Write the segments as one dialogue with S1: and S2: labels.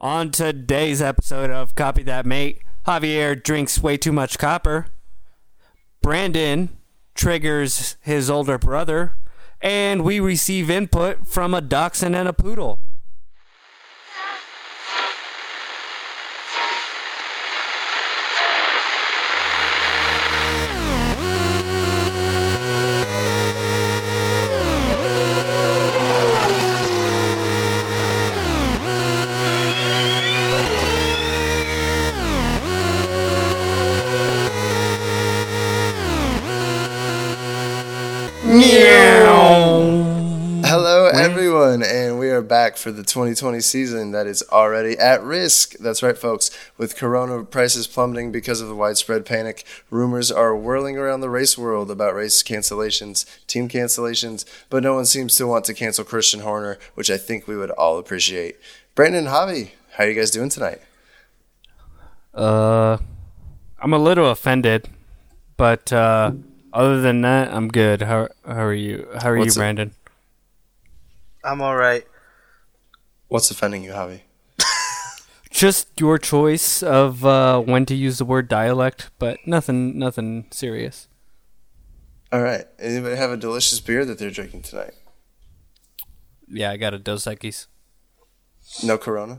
S1: On today's episode of Copy That Mate, Javier drinks way too much copper. Brandon triggers his older brother. And we receive input from a dachshund and a poodle.
S2: Hello, everyone, and we are back for the 2020 season that is already at risk. That's right, folks. With corona prices plummeting because of the widespread panic, rumors are whirling around the race world about race cancellations, team cancellations, but no one seems to want to cancel Christian Horner, which I think we would all appreciate. Brandon and Javi, how are you guys doing tonight?
S1: Uh, I'm a little offended, but uh, other than that, I'm good. How, how are you? How are
S2: What's
S1: you,
S2: up?
S1: Brandon?
S3: I'm all right.
S2: What's offending you, Javi?
S1: Just your choice of uh, when to use the word dialect, but nothing, nothing serious.
S2: All right. Anybody have a delicious beer that they're drinking tonight?
S1: Yeah, I got a Dos Equis.
S2: No Corona?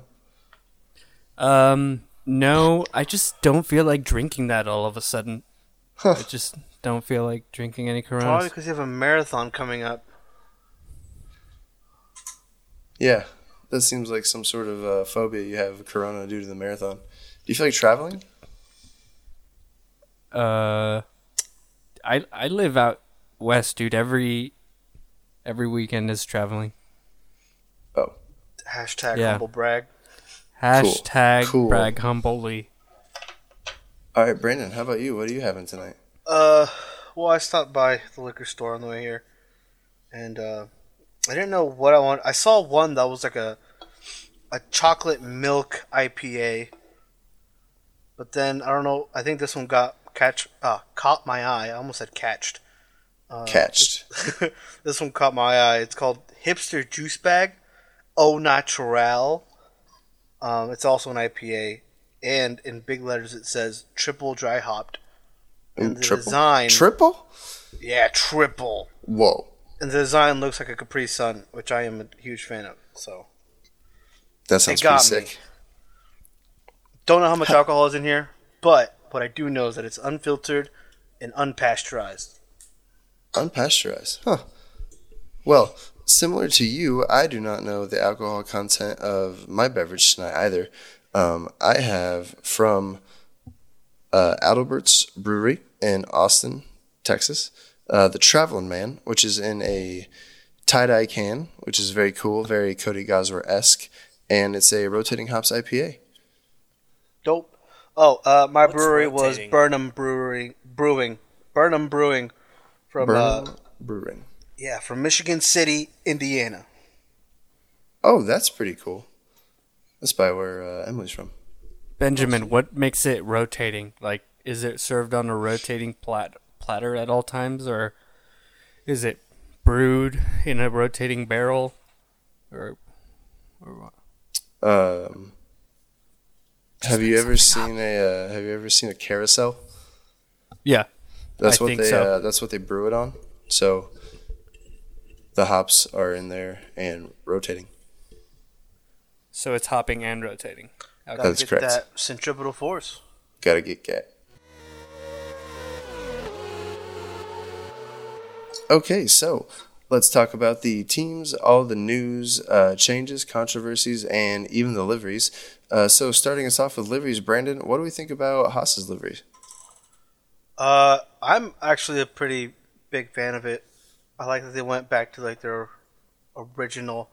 S1: Um, no, I just don't feel like drinking that all of a sudden. I just don't feel like drinking any
S3: Probably
S1: Coronas.
S3: because you have a marathon coming up.
S2: Yeah, that seems like some sort of uh, phobia you have corona due to the marathon. Do you feel like traveling?
S1: Uh, I I live out west, dude. Every every weekend is traveling.
S2: Oh,
S3: Hashtag
S1: Yeah.
S3: humble brag.
S1: Hashtag
S2: Cool.
S1: brag humbly.
S2: all right, Brandon. How about you? What are you having tonight?
S3: Uh, well, I stopped by the liquor store on the way here, and uh, I didn't know what I want. I saw one that was like a a chocolate milk IPA, but then I don't know. I think this one got catch uh, caught my eye. I almost said catched.
S2: Catched.
S3: this one caught my eye. It's called Hipster Juice Bag, Au Natural. Um, it's also an IPA, and in big letters it says triple dry hopped.
S2: Ooh,
S3: And the
S2: triple.
S3: design,
S2: Triple?
S3: yeah, triple.
S2: Whoa.
S3: And the design looks like a Capri Sun, which I am a huge fan of. So
S2: That sounds
S3: It got
S2: pretty sick.
S3: don't know how much alcohol is in here, but what I do know is that it's unfiltered and unpasteurized.
S2: Unpasteurized. Huh. Well, similar to you, I do not know the alcohol content of my beverage tonight either. Um, I have from uh, Adalbert's Brewery in Austin, Texas, uh, the Traveling Man, which is in a tie dye can, which is very cool, very Cody Goswer esque, and it's a rotating hops IPA.
S3: Dope. Oh, uh, my brewery was
S4: rotating?
S3: Burnham Brewery Brewing. Burnham Brewing from uh,
S2: Burnham Brewing.
S3: Yeah, from Michigan City, Indiana.
S2: Oh, that's pretty cool. That's by where uh, Emily's from.
S1: Benjamin, what makes it rotating? Like, is it served on a rotating plat- platter at all times, or is it brewed in a rotating barrel? Or, or what?
S2: Um, have you ever seen a uh, Have you ever seen a carousel?
S1: yeah,
S2: That's
S1: I
S2: what
S1: think
S2: they
S1: so.
S2: uh, That's what they brew it on. So the hops are in there and rotating.
S1: so it's hopping and rotating. Okay.
S2: That's
S3: get
S2: correct.
S3: that centripetal force.
S2: Gotta get gat. Okay, so let's talk about the teams, all the news, uh, changes, controversies, and even the liveries. Uh, so starting us off with liveries, Brandon, what do we think about Haas's liveries?
S3: Uh, I'm actually a pretty big fan of it. I like that they went back to like their original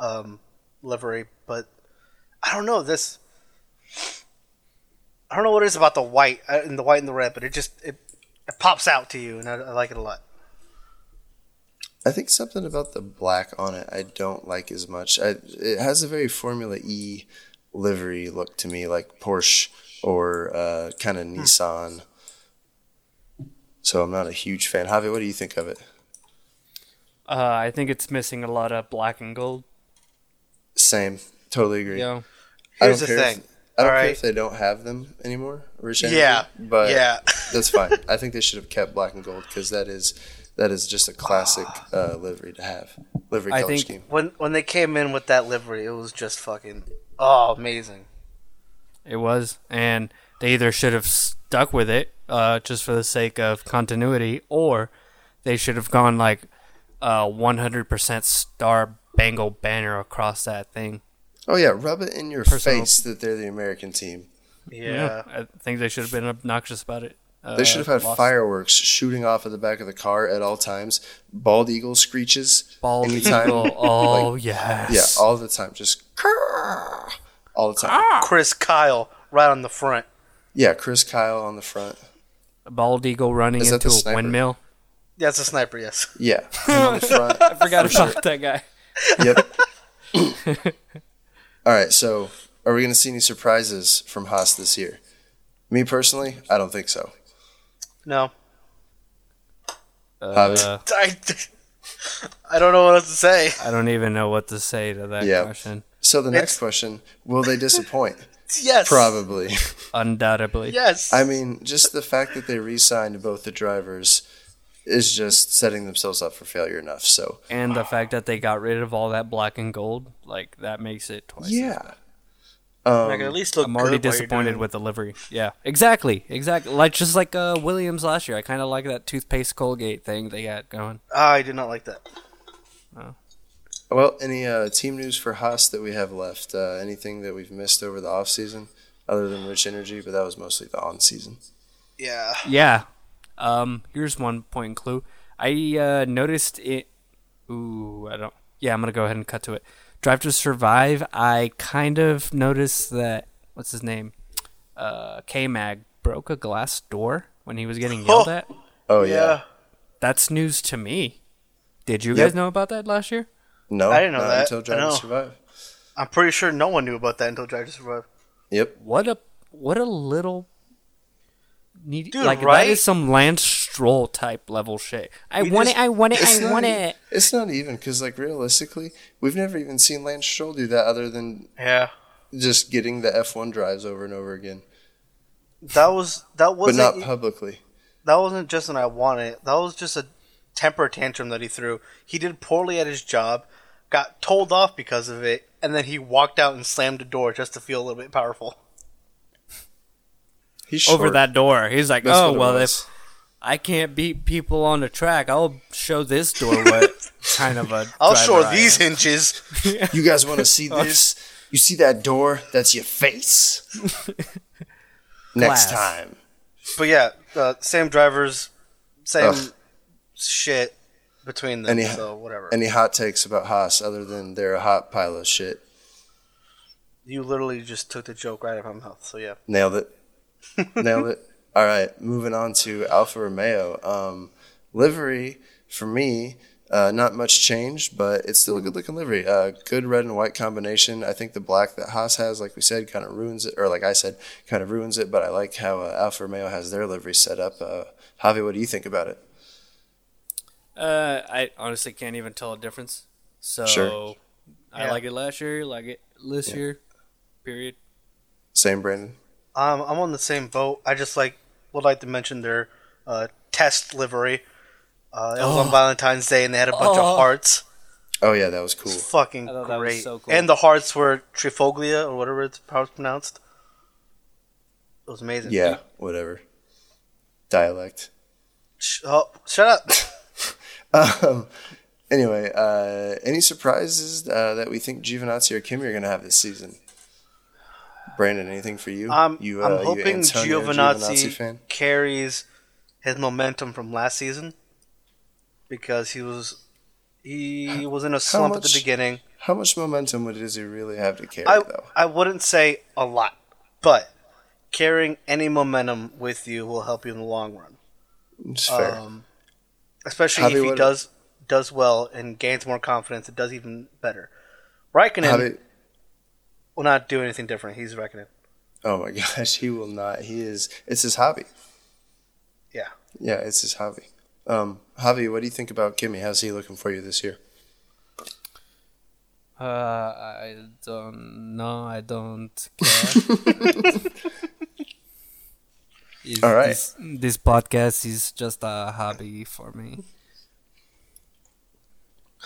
S3: um, livery, but I don't know this. I don't know what it is about the white uh, and the white and the red, but it just it, it pops out to you, and I, I like it a lot.
S2: I think something about the black on it I don't like as much. I, it has a very Formula E livery look to me, like Porsche or uh, kind of
S1: Hmm.
S2: Nissan. So I'm not a huge fan. Javi, what do you think of it?
S1: Uh, I think it's missing a lot of black and gold.
S2: Same. Totally agree.
S1: Yeah,
S2: I
S3: Here's
S2: don't
S3: the
S2: care
S3: thing.
S2: If, I don't
S3: All
S2: care
S3: right.
S2: if they don't have them anymore. Originally,
S3: Yeah.
S2: but
S3: yeah.
S2: that's fine. I think they should have kept black and gold because that is that is just a classic uh, livery to have livery
S1: I
S2: color
S1: think-
S2: scheme.
S3: when when they came in with that livery, it was just fucking oh amazing.
S1: It was, and they either should have stuck with it uh, just for the sake of continuity, or they should have gone like uh, 100% star bangle banner across that thing.
S2: Oh yeah, rub it in your
S1: Personal-
S2: face that they're the American team.
S3: Yeah.
S1: I think they should have been obnoxious about it. Uh,
S2: They should have had
S1: lost-
S2: fireworks shooting off at the back of the car at all times. Bald eagle screeches
S1: Bald
S2: anytime.
S1: eagle. Oh yes.
S2: Yeah, all the time. Just "Caw!" all the time.
S3: Chris Kyle right on the front.
S2: Yeah, Chris Kyle on the front.
S1: Bald eagle running
S2: Is that
S1: into
S2: the
S1: a
S2: sniper?
S1: windmill.
S3: That's a sniper, yes.
S2: Yeah, him on the front.
S1: I forgot about that guy.
S2: Yep. All right. So, are we going to see any surprises from Haas this year? Me personally, I don't think so.
S3: No.
S1: Uh,
S3: I, I don't know what else to say.
S1: I don't even know what to say to that
S2: Yeah.
S1: question.
S2: So the next question: Will they disappoint?
S3: Yes.
S2: Probably.
S1: Undoubtedly.
S3: Yes.
S2: I mean, just the fact that they re-signed both the drivers is just setting themselves up for failure enough. So
S1: and the fact that they got rid of all that black and gold, like that makes it twice. as
S2: yeah, Um,
S3: Like, at least look
S1: I'm already
S3: good while you're doing
S1: disappointed
S3: it.
S1: with the livery. Yeah, exactly, exactly. Like just like uh, Williams last year, I kind of like that toothpaste Colgate thing they got going.
S3: Ah, I did not like that.
S2: Well, any uh, team news for Haas that we have left? Uh, anything that we've missed over the off season, other than Rich Energy, but that was mostly the on season.
S3: Yeah.
S1: Yeah. Um. Here's one point and clue. I uh, noticed it. Ooh, I don't. Yeah, I'm gonna go ahead and cut to it. Drive to Survive. I kind of noticed that. What's his name? Uh, K Mag broke a glass door when he was getting yelled
S3: Oh.
S1: at.
S2: Oh yeah,
S3: Yeah.
S1: That's news to me. Did you
S2: Yep.
S1: guys know about that last year?
S2: no,
S3: I didn't know
S2: not
S3: that.
S2: until
S3: I
S2: Drive
S3: know.
S2: to Survive.
S3: I'm pretty sure no one knew about that until Drive to Survive.
S2: Yep,
S1: What a what a little need,
S3: Dude,
S1: like
S3: right?
S1: that is some Lance Stroll type level shit. I
S3: We
S1: want
S3: just-
S1: it. I want it.
S2: It's
S1: I
S2: not
S1: want
S2: e-
S1: it.
S2: It's not even because, like, realistically, we've never even seen Lance Stroll do that other than
S3: Yeah.
S2: just getting the F1 drives over and over again,
S3: That was e-, that
S2: but
S3: wasn't
S2: not publicly.
S3: that wasn't just an I want it. That was just a temper tantrum that he threw. He did poorly at his job, got told off because of it, and then he walked out and slammed a door just to feel a little bit powerful.
S2: He's short.
S1: Over that door, he's like,
S2: That's
S1: "Oh
S2: what it
S1: well,
S2: was.
S1: if I can't beat people on the track, I'll show this door what kind of a
S3: I'll
S1: driver
S3: show
S1: I
S3: these
S1: am."
S3: hinges.
S2: you guys want to see
S1: Oh.
S2: this? You see that door? That's your face.
S1: Glass.
S2: Next time.
S3: But yeah, uh, same drivers, same
S2: Ugh.
S3: shit between them.
S2: Any-
S3: so whatever.
S2: Any hot takes about Haas other than they're a hot pile of shit?
S3: you literally just took the joke right out of my mouth. So yeah,
S2: Nailed it. Nailed it. All right, moving on to Alfa Romeo. Um, livery for me, uh, not much changed, but it's still a good looking livery. Uh, good red and white combination. I think the black that Haas has, like we said, kind of ruins it, or like I said, kind of ruins it. But I like how uh, Alfa Romeo has their livery set up. Uh, Javi, what do you think about it?
S1: Uh, I honestly can't even tell a difference. So
S2: Sure.
S1: I
S3: Yeah.
S1: like it last year. Like it this year. Period.
S2: Same, Brandon.
S3: um, I'm on the same boat. I just like would like to mention their uh, test livery. Uh, it was on Valentine's Day, and they had a bunch
S1: Oh.
S3: of hearts.
S2: Oh yeah, that was cool.
S3: It's fucking
S1: I thought
S3: great.
S1: that was so cool.
S3: And the hearts were Trifoglia or whatever it's how it's pronounced. It was amazing.
S2: Yeah, whatever. Dialect.
S3: Sh- oh, shut up.
S2: Um, anyway, uh, any surprises uh, that we think Giovinazzi or Kimi are going to have this season? Brandon, anything for you?
S3: I'm,
S2: you
S3: Um, I'm hoping
S2: Antonio
S3: Giovinazzi, carries his momentum from last season because he was he was in a slump at the
S2: much-
S3: beginning.
S2: How much momentum would does he really have to carry,
S3: I
S2: though?
S3: I wouldn't say a lot, but carrying any momentum with you will help you in the long run.
S2: It's fair.
S3: Um, especially
S2: Javi,
S3: if he
S2: what-
S3: does does well and gains more confidence, it does even better. Raikkonen
S2: Javi-
S3: will not do anything different. He's Raikkonen.
S2: oh my gosh, he will not. He is. It's his hobby.
S3: Yeah.
S2: Yeah, it's his hobby. Um, Javi, what do you think about Kimi? How's he looking for you this year?
S1: Uh, I don't know. I don't care. Is-
S2: All right.
S1: This, this podcast is just a hobby for me.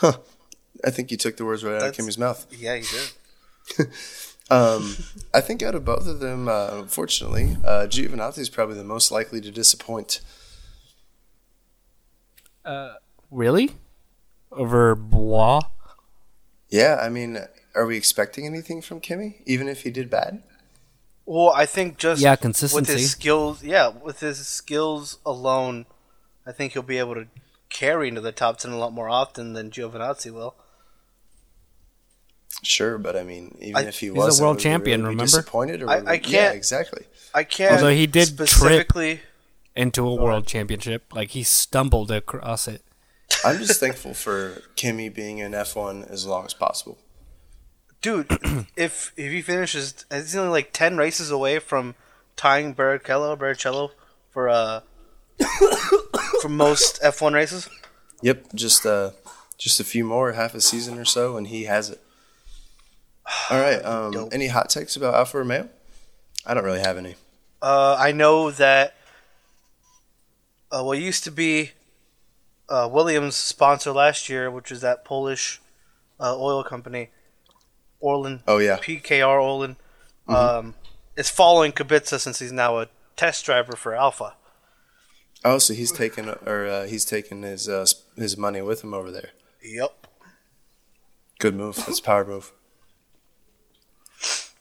S2: I think you took the words right out of
S3: That's-
S2: Kimmy's mouth.
S3: Yeah, you did.
S2: Um, I think out of both of them, uh, unfortunately, uh, Giovinazzi is probably the most likely to disappoint.
S1: Really? Over Bois?
S2: Yeah, I mean, are we expecting anything from Kimmy, even if he did bad?
S3: Well, I think just
S1: Yeah,
S3: with
S1: consistency.
S3: his skills, yeah, with his skills alone, I think he'll be able to carry into the top ten a lot more often than Giovinazzi will.
S2: Sure, but I mean, even
S3: I-
S2: if he
S1: a
S2: was
S1: world champion, remember?
S2: disappointed, or
S3: I-
S2: would
S3: I
S2: we- Yeah,
S3: can't-
S2: exactly.
S3: I can't.
S1: Although he did trip.
S3: specifically,
S1: Into a world championship. Like, he stumbled across it.
S2: I'm just thankful for Kimmy being in F1 as long as possible.
S3: dude. if if he finishes, he's only like ten races away from tying Barrichello, Barrichello for uh for most F1 races.
S2: Yep, just uh, just a few more, half a season or so, and he has it. All right. Um,
S3: Dope.
S2: any hot takes about Alfa Romeo? I don't really have any.
S3: Uh, I know that uh, what used to be uh, Williams' sponsor last year, which was that Polish uh, oil company, Orlen,
S2: Oh yeah,
S3: PKR Orlen, um, is following Kubica since he's now a test driver for Alpha.
S2: Oh, so he's taking or uh, he's taking his uh, s- his money with him over there.
S3: Yep.
S2: Good move. That's a power move.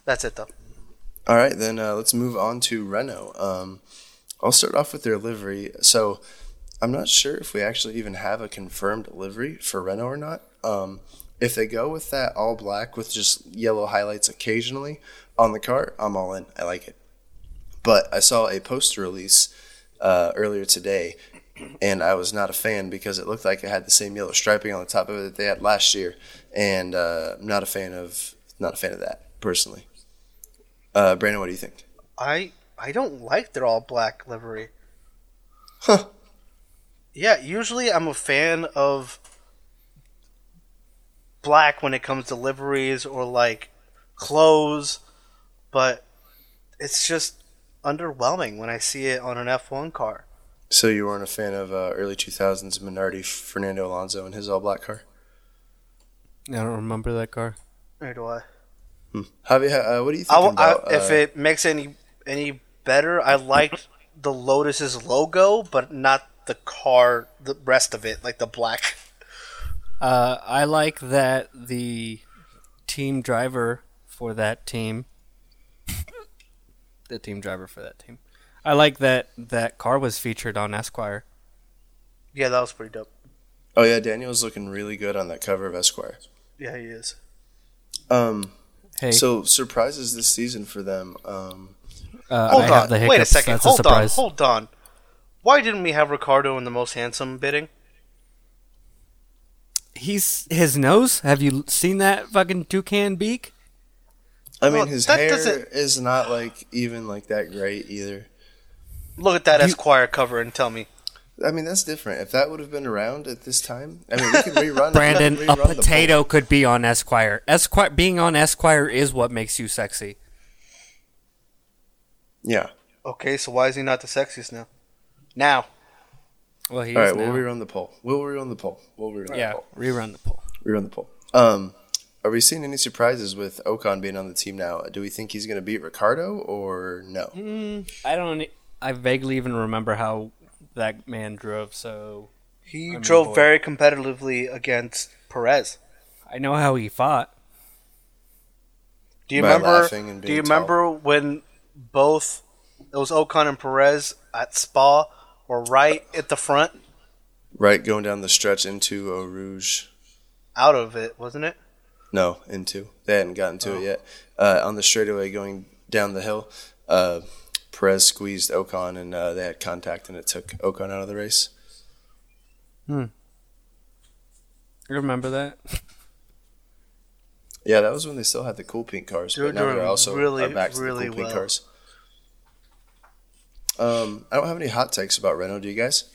S3: That's it, though.
S2: All right, then uh, let's move on to Renault. Um, I'll start off with their livery. So I'm not sure if we actually even have a confirmed livery for Renault or not. Um, if they go with that all black with just yellow highlights occasionally on the car, I'm all in. I like it. But I saw a poster release uh, earlier today, and I was not a fan because it looked like it had the same yellow striping on the top of it that they had last year, and uh, I'm not a fan of not a fan of that personally. Uh, Brandon, what do you think?
S3: I I don't like their all black livery.
S2: Huh.
S3: Yeah, usually I'm a fan of black when it comes to liveries or like clothes, but it's just underwhelming when I see it on an F1 car.
S2: So you weren't a fan of uh, early 2000s Minardi Fernando Alonso and his all black car?
S1: I don't remember that car.
S3: Or do I?
S2: Javi, uh, what do you think
S3: Hmm. I w- I-
S2: about?
S3: if
S2: uh,
S3: it makes any any better, I liked the Lotus's logo, but not the car. The rest of it, like the black.
S1: Uh, I like that the team driver for that team, the team driver for that team. I like that that car was featured on Esquire.
S3: Yeah, that was pretty dope.
S2: oh yeah, Daniel's looking really good on that cover of Esquire.
S3: Yeah, he is.
S2: Um,
S1: Hey,
S2: so surprises this season for them. Um,
S1: uh,
S3: Hold
S1: I
S3: on.
S1: have the hiccups.
S3: Wait a second.
S1: That's
S3: hold
S1: a surprise.
S3: on. Hold on. Why didn't we have Ricardo in the most handsome bidding?
S1: He's his nose. Have you seen that fucking toucan beak?
S2: I mean,
S3: Well,
S2: his
S3: that
S2: hair
S3: doesn't-
S2: is not like even like that great either.
S3: Look at that Esquire cover and tell me.
S2: I mean, that's different. If that would have been around at this time, I mean, we could rerun.
S1: Brandon,
S2: we could
S1: a
S2: rerun the poll.
S1: potato could be on Esquire. Esquire being on Esquire is what makes you sexy.
S2: Yeah.
S3: Okay, so why is he not the sexiest now? Now.
S1: Well, he
S2: All
S1: is
S2: right,
S1: now.
S2: we'll rerun the poll. We'll rerun the poll. We'll rerun
S1: yeah,
S2: the poll.
S1: rerun the poll.
S2: Rerun the poll. Um, are we seeing any surprises with Ocon being on the team now? Do we think he's going to beat Ricardo or no?
S1: I don't. e, I vaguely even remember how that man drove. So
S3: He
S1: mean,
S3: drove
S1: boy.
S3: very competitively against Perez.
S1: I know how he fought.
S3: Do you
S2: By
S3: remember
S2: laughing and
S3: do
S2: being
S3: you remember when both it was Ocon and Perez at Spa were right at the front
S2: Right, going down the stretch into Eau Rouge.
S3: out of it, wasn't it?
S2: No, into. They hadn't gotten to
S3: Oh.
S2: it yet. Uh, on the straightaway going down the hill, uh, Perez squeezed Ocon and uh, they had contact and it took Ocon out of the race.
S1: You remember that?
S2: Yeah, that was when they still had the cool pink cars,
S3: They were
S2: but now
S3: doing
S2: they're also
S3: really,
S2: are back to
S3: really
S2: the cool pink
S3: well.
S2: cars. Um, I don't have any hot takes about Renault. Do you guys?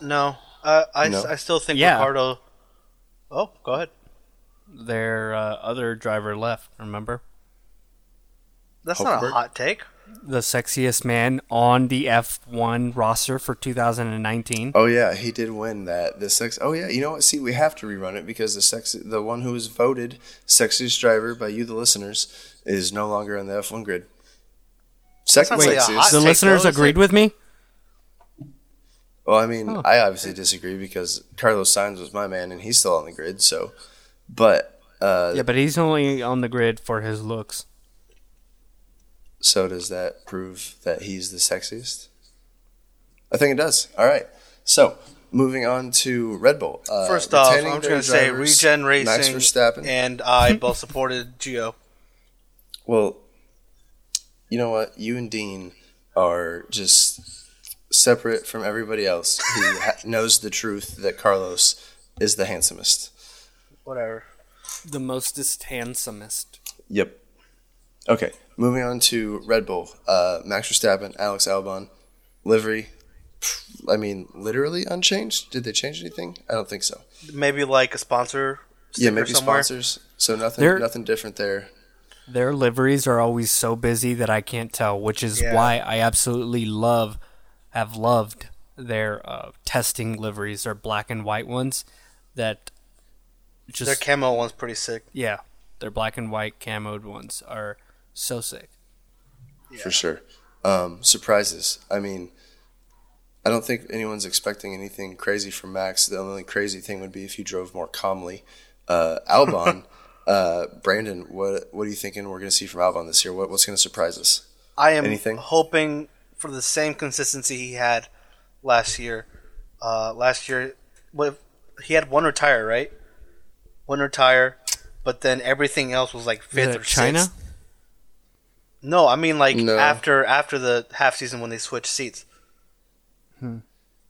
S3: No. Uh, I,
S2: No.
S3: Uh, I still think
S1: Yeah.
S3: Ricardo Oh, go ahead.
S1: Their uh, other driver left, remember?
S3: That's not
S2: Hulkenberg?
S3: a hot take.
S1: The sexiest man on the F1 roster for 2019.
S2: Oh yeah, he did win that. The sex. Oh yeah, you know what? See, we have to rerun it because the sex, the one who was voted sexiest driver by you, the listeners, is no longer on the F1 grid. Second
S3: not really a
S2: sexiest.
S3: hot-
S1: the
S3: take
S1: listeners
S3: those,
S1: agreed
S3: like-
S1: with me?
S2: Well, I mean, I obviously disagree because Carlos Sainz was my man and he's still on the grid. So, but uh,
S1: Yeah, but he's only on the grid for his looks.
S2: so does that prove that he's the sexiest? I think it does. All right. So moving on to Red Bull. Uh,
S3: First off, I'm
S2: retaining
S3: just
S2: their
S3: gonna say
S2: drivers,
S3: Regen
S2: Max
S3: Racing
S2: Verstappen.
S3: and I both supported Geo.
S2: Well, you know what? You and Dean are just separate from everybody else who ha- knows the truth that Carlos is the handsomest.
S3: Whatever.
S1: The mostest handsomest.
S2: Yep. Okay, moving on to Red Bull. Uh, Max Verstappen, Alex Albon, livery. pff, I mean, literally unchanged. Did they change anything? I don't think so.
S3: Maybe like a sponsor.
S2: Yeah,
S3: sticker
S2: maybe
S3: somewhere.
S2: sponsors. So nothing,
S1: They're-
S2: nothing different there.
S1: Their liveries are always so busy that I can't tell, which is
S3: Yeah.
S1: why I absolutely love, have loved their uh, testing liveries, their black and white ones. That
S3: Their
S1: just
S3: camo one's pretty sick.
S1: yeah, their black and white camoed ones are so sick.
S2: for sure. Um, surprises. I mean, I don't think anyone's expecting anything crazy from Max. The only crazy thing would be if he drove more calmly. Uh, Albon, uh, Brandon, what what are you thinking we're going to see from Albon this year? What what's going to surprise us?
S3: I am
S2: Anything?
S3: hoping for the same consistency he had last year. Uh, last year, what he had one retire, right? One retire, but then everything else was like fifth
S1: Uh,
S3: or
S1: China?
S3: sixth. No, I mean like
S2: No.
S3: after after the half season when they switched seats.
S1: Hmm.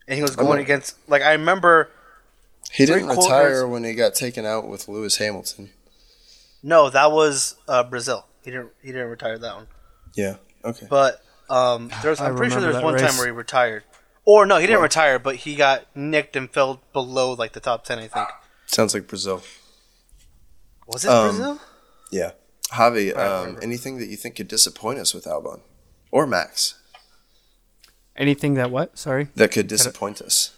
S3: And he was going
S2: not-
S3: against like I remember
S2: He didn't
S3: Three quarters.
S2: retire when he got taken out with Lewis Hamilton.
S3: no, that was uh, Brazil. He didn't he didn't retire that one.
S2: Yeah. Okay.
S3: But um, there's,
S1: I
S3: I'm pretty
S1: remember
S3: sure there's
S1: that
S3: one
S1: race.
S3: time where he retired, or no, he didn't retire, but he got nicked and fell below like the top ten. I think
S2: Sounds like Brazil.
S3: was it
S2: Um,
S3: Brazil?
S2: Yeah. Javi,
S3: I
S2: um,
S3: remember.
S2: anything that you think could disappoint us with Albon or Max
S1: Anything that what? Sorry.
S2: that could disappoint us?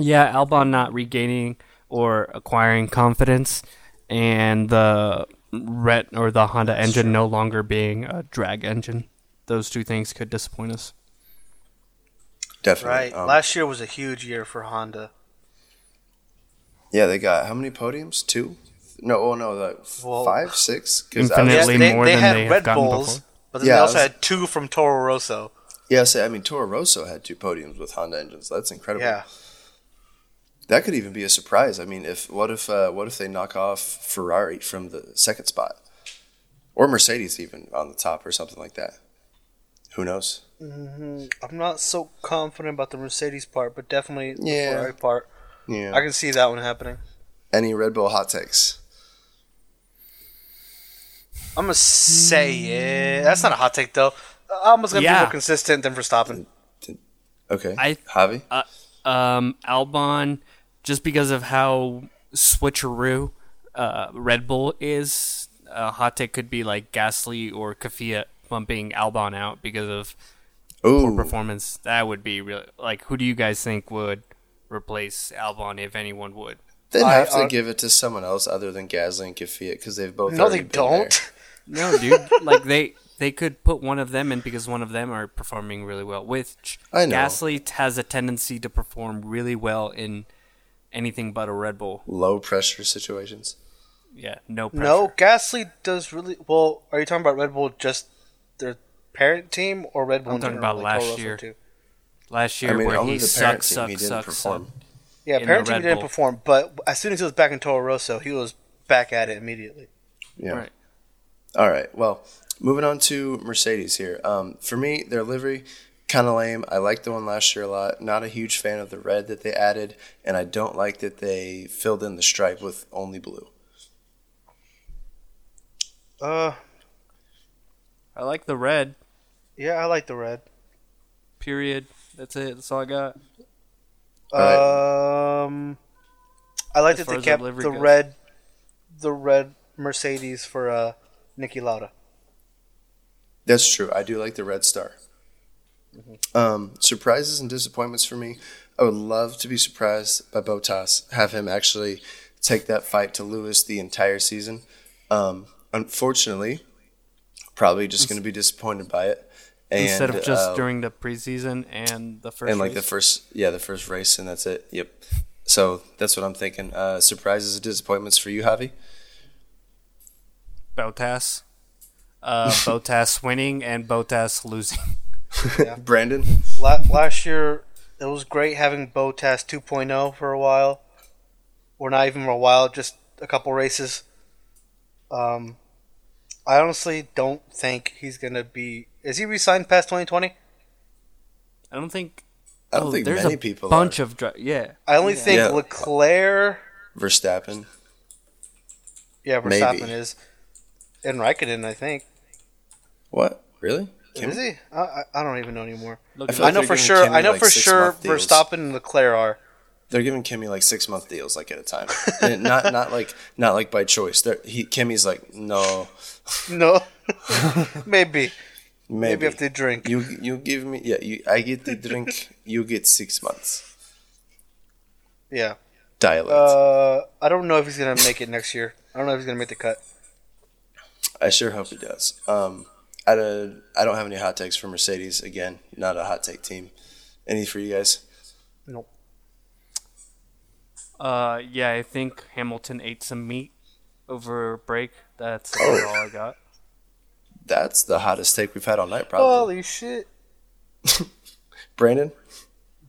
S1: Yeah, Albon not regaining or acquiring confidence, and the Ret or the Honda engine no longer being a drag engine. Those two things could disappoint us.
S2: Definitely.
S3: Right.
S2: Um,
S3: Last year was a huge year for Honda.
S2: Yeah, they got how many podiums? Two? No, oh no, like f-
S3: Well-
S2: five, six. 'Cause I was-
S1: Infinitely
S3: They,
S1: more
S3: they
S1: than
S3: had
S1: they have
S3: Red
S1: gotten
S3: Bulls,
S1: before.
S3: but then
S2: Yeah,
S3: they
S2: I
S3: also
S2: was-
S3: had two from Toro Rosso.
S2: yeah, so, I mean, Toro Rosso had two podiums with Honda engines. That's incredible.
S3: Yeah,
S2: that could even be a surprise. I mean, if what if uh, what if they knock off Ferrari from the second spot, or Mercedes even on the top or something like that? Who knows?
S3: I'm not so confident about the Mercedes part, but definitely the
S2: Yeah.
S3: Ferrari part.
S2: Yeah.
S3: I can see that one happening.
S2: Any Red Bull hot takes?
S3: I'm gonna say it. That's not a hot take though. Almost gonna
S1: Yeah.
S3: be more consistent than Verstappen.
S2: Okay,
S1: I-
S2: Javi.
S1: Uh, um, Albon, just because of how switcheroo uh, Red Bull is, a hot take could be like Gasly or Kafia bumping Albon out because of
S2: Ooh,
S1: performance. That would be really like who do you guys think would replace Albon if anyone would?
S2: they'd
S3: I-
S2: have to
S3: uh,
S2: give it to someone else other than Gasly and Kvyat because they've both.
S3: No,
S2: already
S3: they
S2: been there.
S3: don't.
S1: No, dude. like they they could put one of them in because one of them are performing really well. Which
S2: I know.
S1: Gasly has a tendency to perform really well in anything but a Red Bull.
S2: Low pressure situations.
S1: Yeah, no pressure.
S3: No, Gasly does really well. Are you talking about Red Bull just their parent team or Red Bull? in
S1: talking
S3: general,
S1: about
S3: like Toro
S1: last
S3: Rosso
S1: year.
S3: too?
S1: Last year
S2: I mean,
S1: where
S2: only
S1: he
S2: the parent
S1: sucks,
S2: team he
S1: sucks,
S2: didn't
S1: sucks,
S2: perform.
S1: sucks.
S3: Yeah,
S1: the
S3: parent team
S1: Red
S3: didn't
S1: Bull.
S3: perform, but as soon as he was back in Toro Rosso, he was back at it immediately.
S2: Yeah.
S1: Right.
S2: All right. Well, moving on to Mercedes here. Um, for me, their livery kind of lame. I liked the one last year a lot. Not a huge fan of the red that they added, and I don't like that they filled in the stripe with only blue.
S3: Uh,
S1: I like the red.
S3: yeah, I like the red.
S1: Period. That's it. That's all I got.
S2: All
S3: Um, I like
S1: As
S3: that
S1: far
S3: they
S1: as
S3: kept the
S1: delivery goes.
S3: red, the red Mercedes for uh, Nicky Lauda.
S2: That's true. I do like the Red Star. Um, surprises and disappointments for me. I would love to be surprised by Botas, have him actually take that fight to Lewis the entire season. Um, unfortunately, probably just going to be disappointed by it. And,
S1: instead of just
S2: uh,
S1: during the preseason and the first.
S2: and like the
S1: race.
S2: first yeah the first race and that's it. Yep. So that's what I'm thinking. Uh, surprises and disappointments for you, Javi.
S1: Botas, uh, Botas winning and Botas losing.
S2: Brandon.
S3: La- last year, it was great having Botas 2.0 for a while, or not even for a while, just a couple races. Um, I honestly don't think he's gonna be. Is he re-signed past 2020?
S1: I don't think.
S2: I don't
S1: oh,
S2: think
S1: there's
S2: many
S1: a
S2: people
S1: bunch of dri- yeah.
S3: I only think
S2: Yeah.
S3: Leclerc.
S2: are. Verstappen.
S3: Yeah,
S2: Maybe.
S3: Verstappen is, and Raikkonen. I think
S2: What? Really? Can
S3: is he? I, I, I don't even know anymore.
S1: Look,
S2: I
S1: at
S2: feel
S1: that.
S3: I know
S2: they're
S3: for
S2: giving
S3: sure.
S2: Kimi,
S3: I know
S2: like,
S3: for sure
S2: six-month deals.
S3: Verstappen and Leclerc are.
S2: They're giving Kimmy like six month deals, like at a time, and not not like not like by choice. They're, he Kimmy's like, no,
S3: No, maybe
S2: maybe,
S3: maybe if they drink.
S2: you you give me yeah, you, I get the drink, you get six months
S3: Yeah.
S2: dilate.
S3: Uh, I don't know if he's gonna make it next year. I don't know if he's gonna make the cut.
S2: I sure hope he does. Um, I don't I don't have any hot takes for Mercedes again. Not a hot take team. Any for you guys?
S3: Nope.
S1: Uh, yeah, I think Hamilton ate some meat over break. That's about
S2: Oh.
S1: all I got.
S2: That's the hottest take we've had all night, probably.
S3: Holy shit!
S2: Brandon.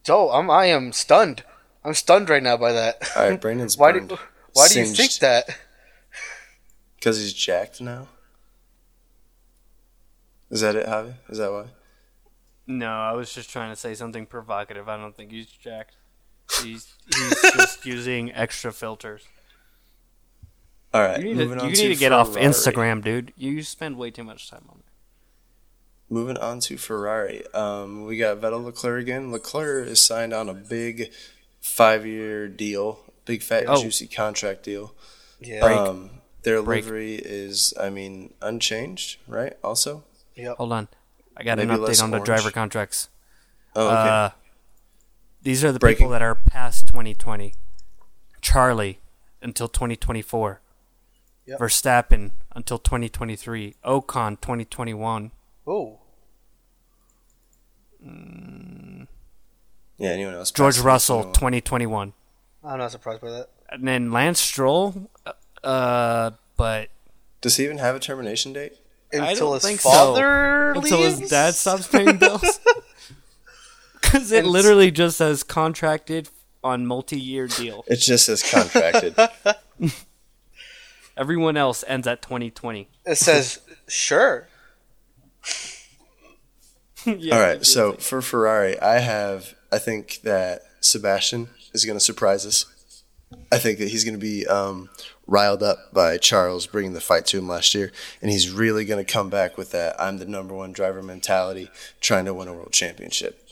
S3: Joe, I'm I am stunned. I'm stunned right now by that.
S2: All right, Brandon's
S3: why
S2: burned.
S3: do Why do you think
S2: Singed.
S3: that?
S2: Because he's jacked now. Is that it, Javi? Is that why?
S1: No, I was just trying to say something provocative. I don't think he's jacked. He's he's just using extra filters.
S2: All right.
S1: You need
S2: moving
S1: to,
S2: on
S1: you need to get off
S2: Ferrari.
S1: Instagram, dude. You spend way too much time on it.
S2: Moving on to Ferrari. Um, we got Vettel Leclerc again. Leclerc is signed on a big five year deal, big fat
S1: Oh.
S2: juicy contract deal.
S3: Yeah.
S2: Um, their
S1: Break.
S2: livery is, I mean, unchanged, right? Also?
S3: Yep.
S1: Hold on, I got
S2: Maybe
S1: an
S2: less
S1: update on the
S2: orange.
S1: driver contracts.
S2: Oh, okay.
S1: Uh, these are the
S2: Breaking.
S1: people that are past 2020. Charlie until 2024.
S3: Yep.
S1: Verstappen until 2023. Ocon 2021.
S3: Oh.
S2: yeah, anyone else?
S1: George
S2: Passing
S1: Russell
S2: someone.
S1: 2021.
S3: I'm not surprised by that.
S1: And then Lance Stroll. Uh, but
S2: Does he even have a termination date?
S1: don't
S3: Until his
S1: think so.
S3: father leaves.
S1: until his dad stops paying bills. Because it
S3: And-
S1: literally just says contracted on multi-year deal.
S2: It just says contracted.
S1: Everyone else ends at 2020.
S3: It says sure.
S1: Yeah,
S2: All right, so for Ferrari, I have I think that Sebastian is going to surprise us. I think that he's going to be um, riled up by Charles bringing the fight to him last year, and he's really going to come back with that "I'm the number one driver" mentality, trying to win a world championship.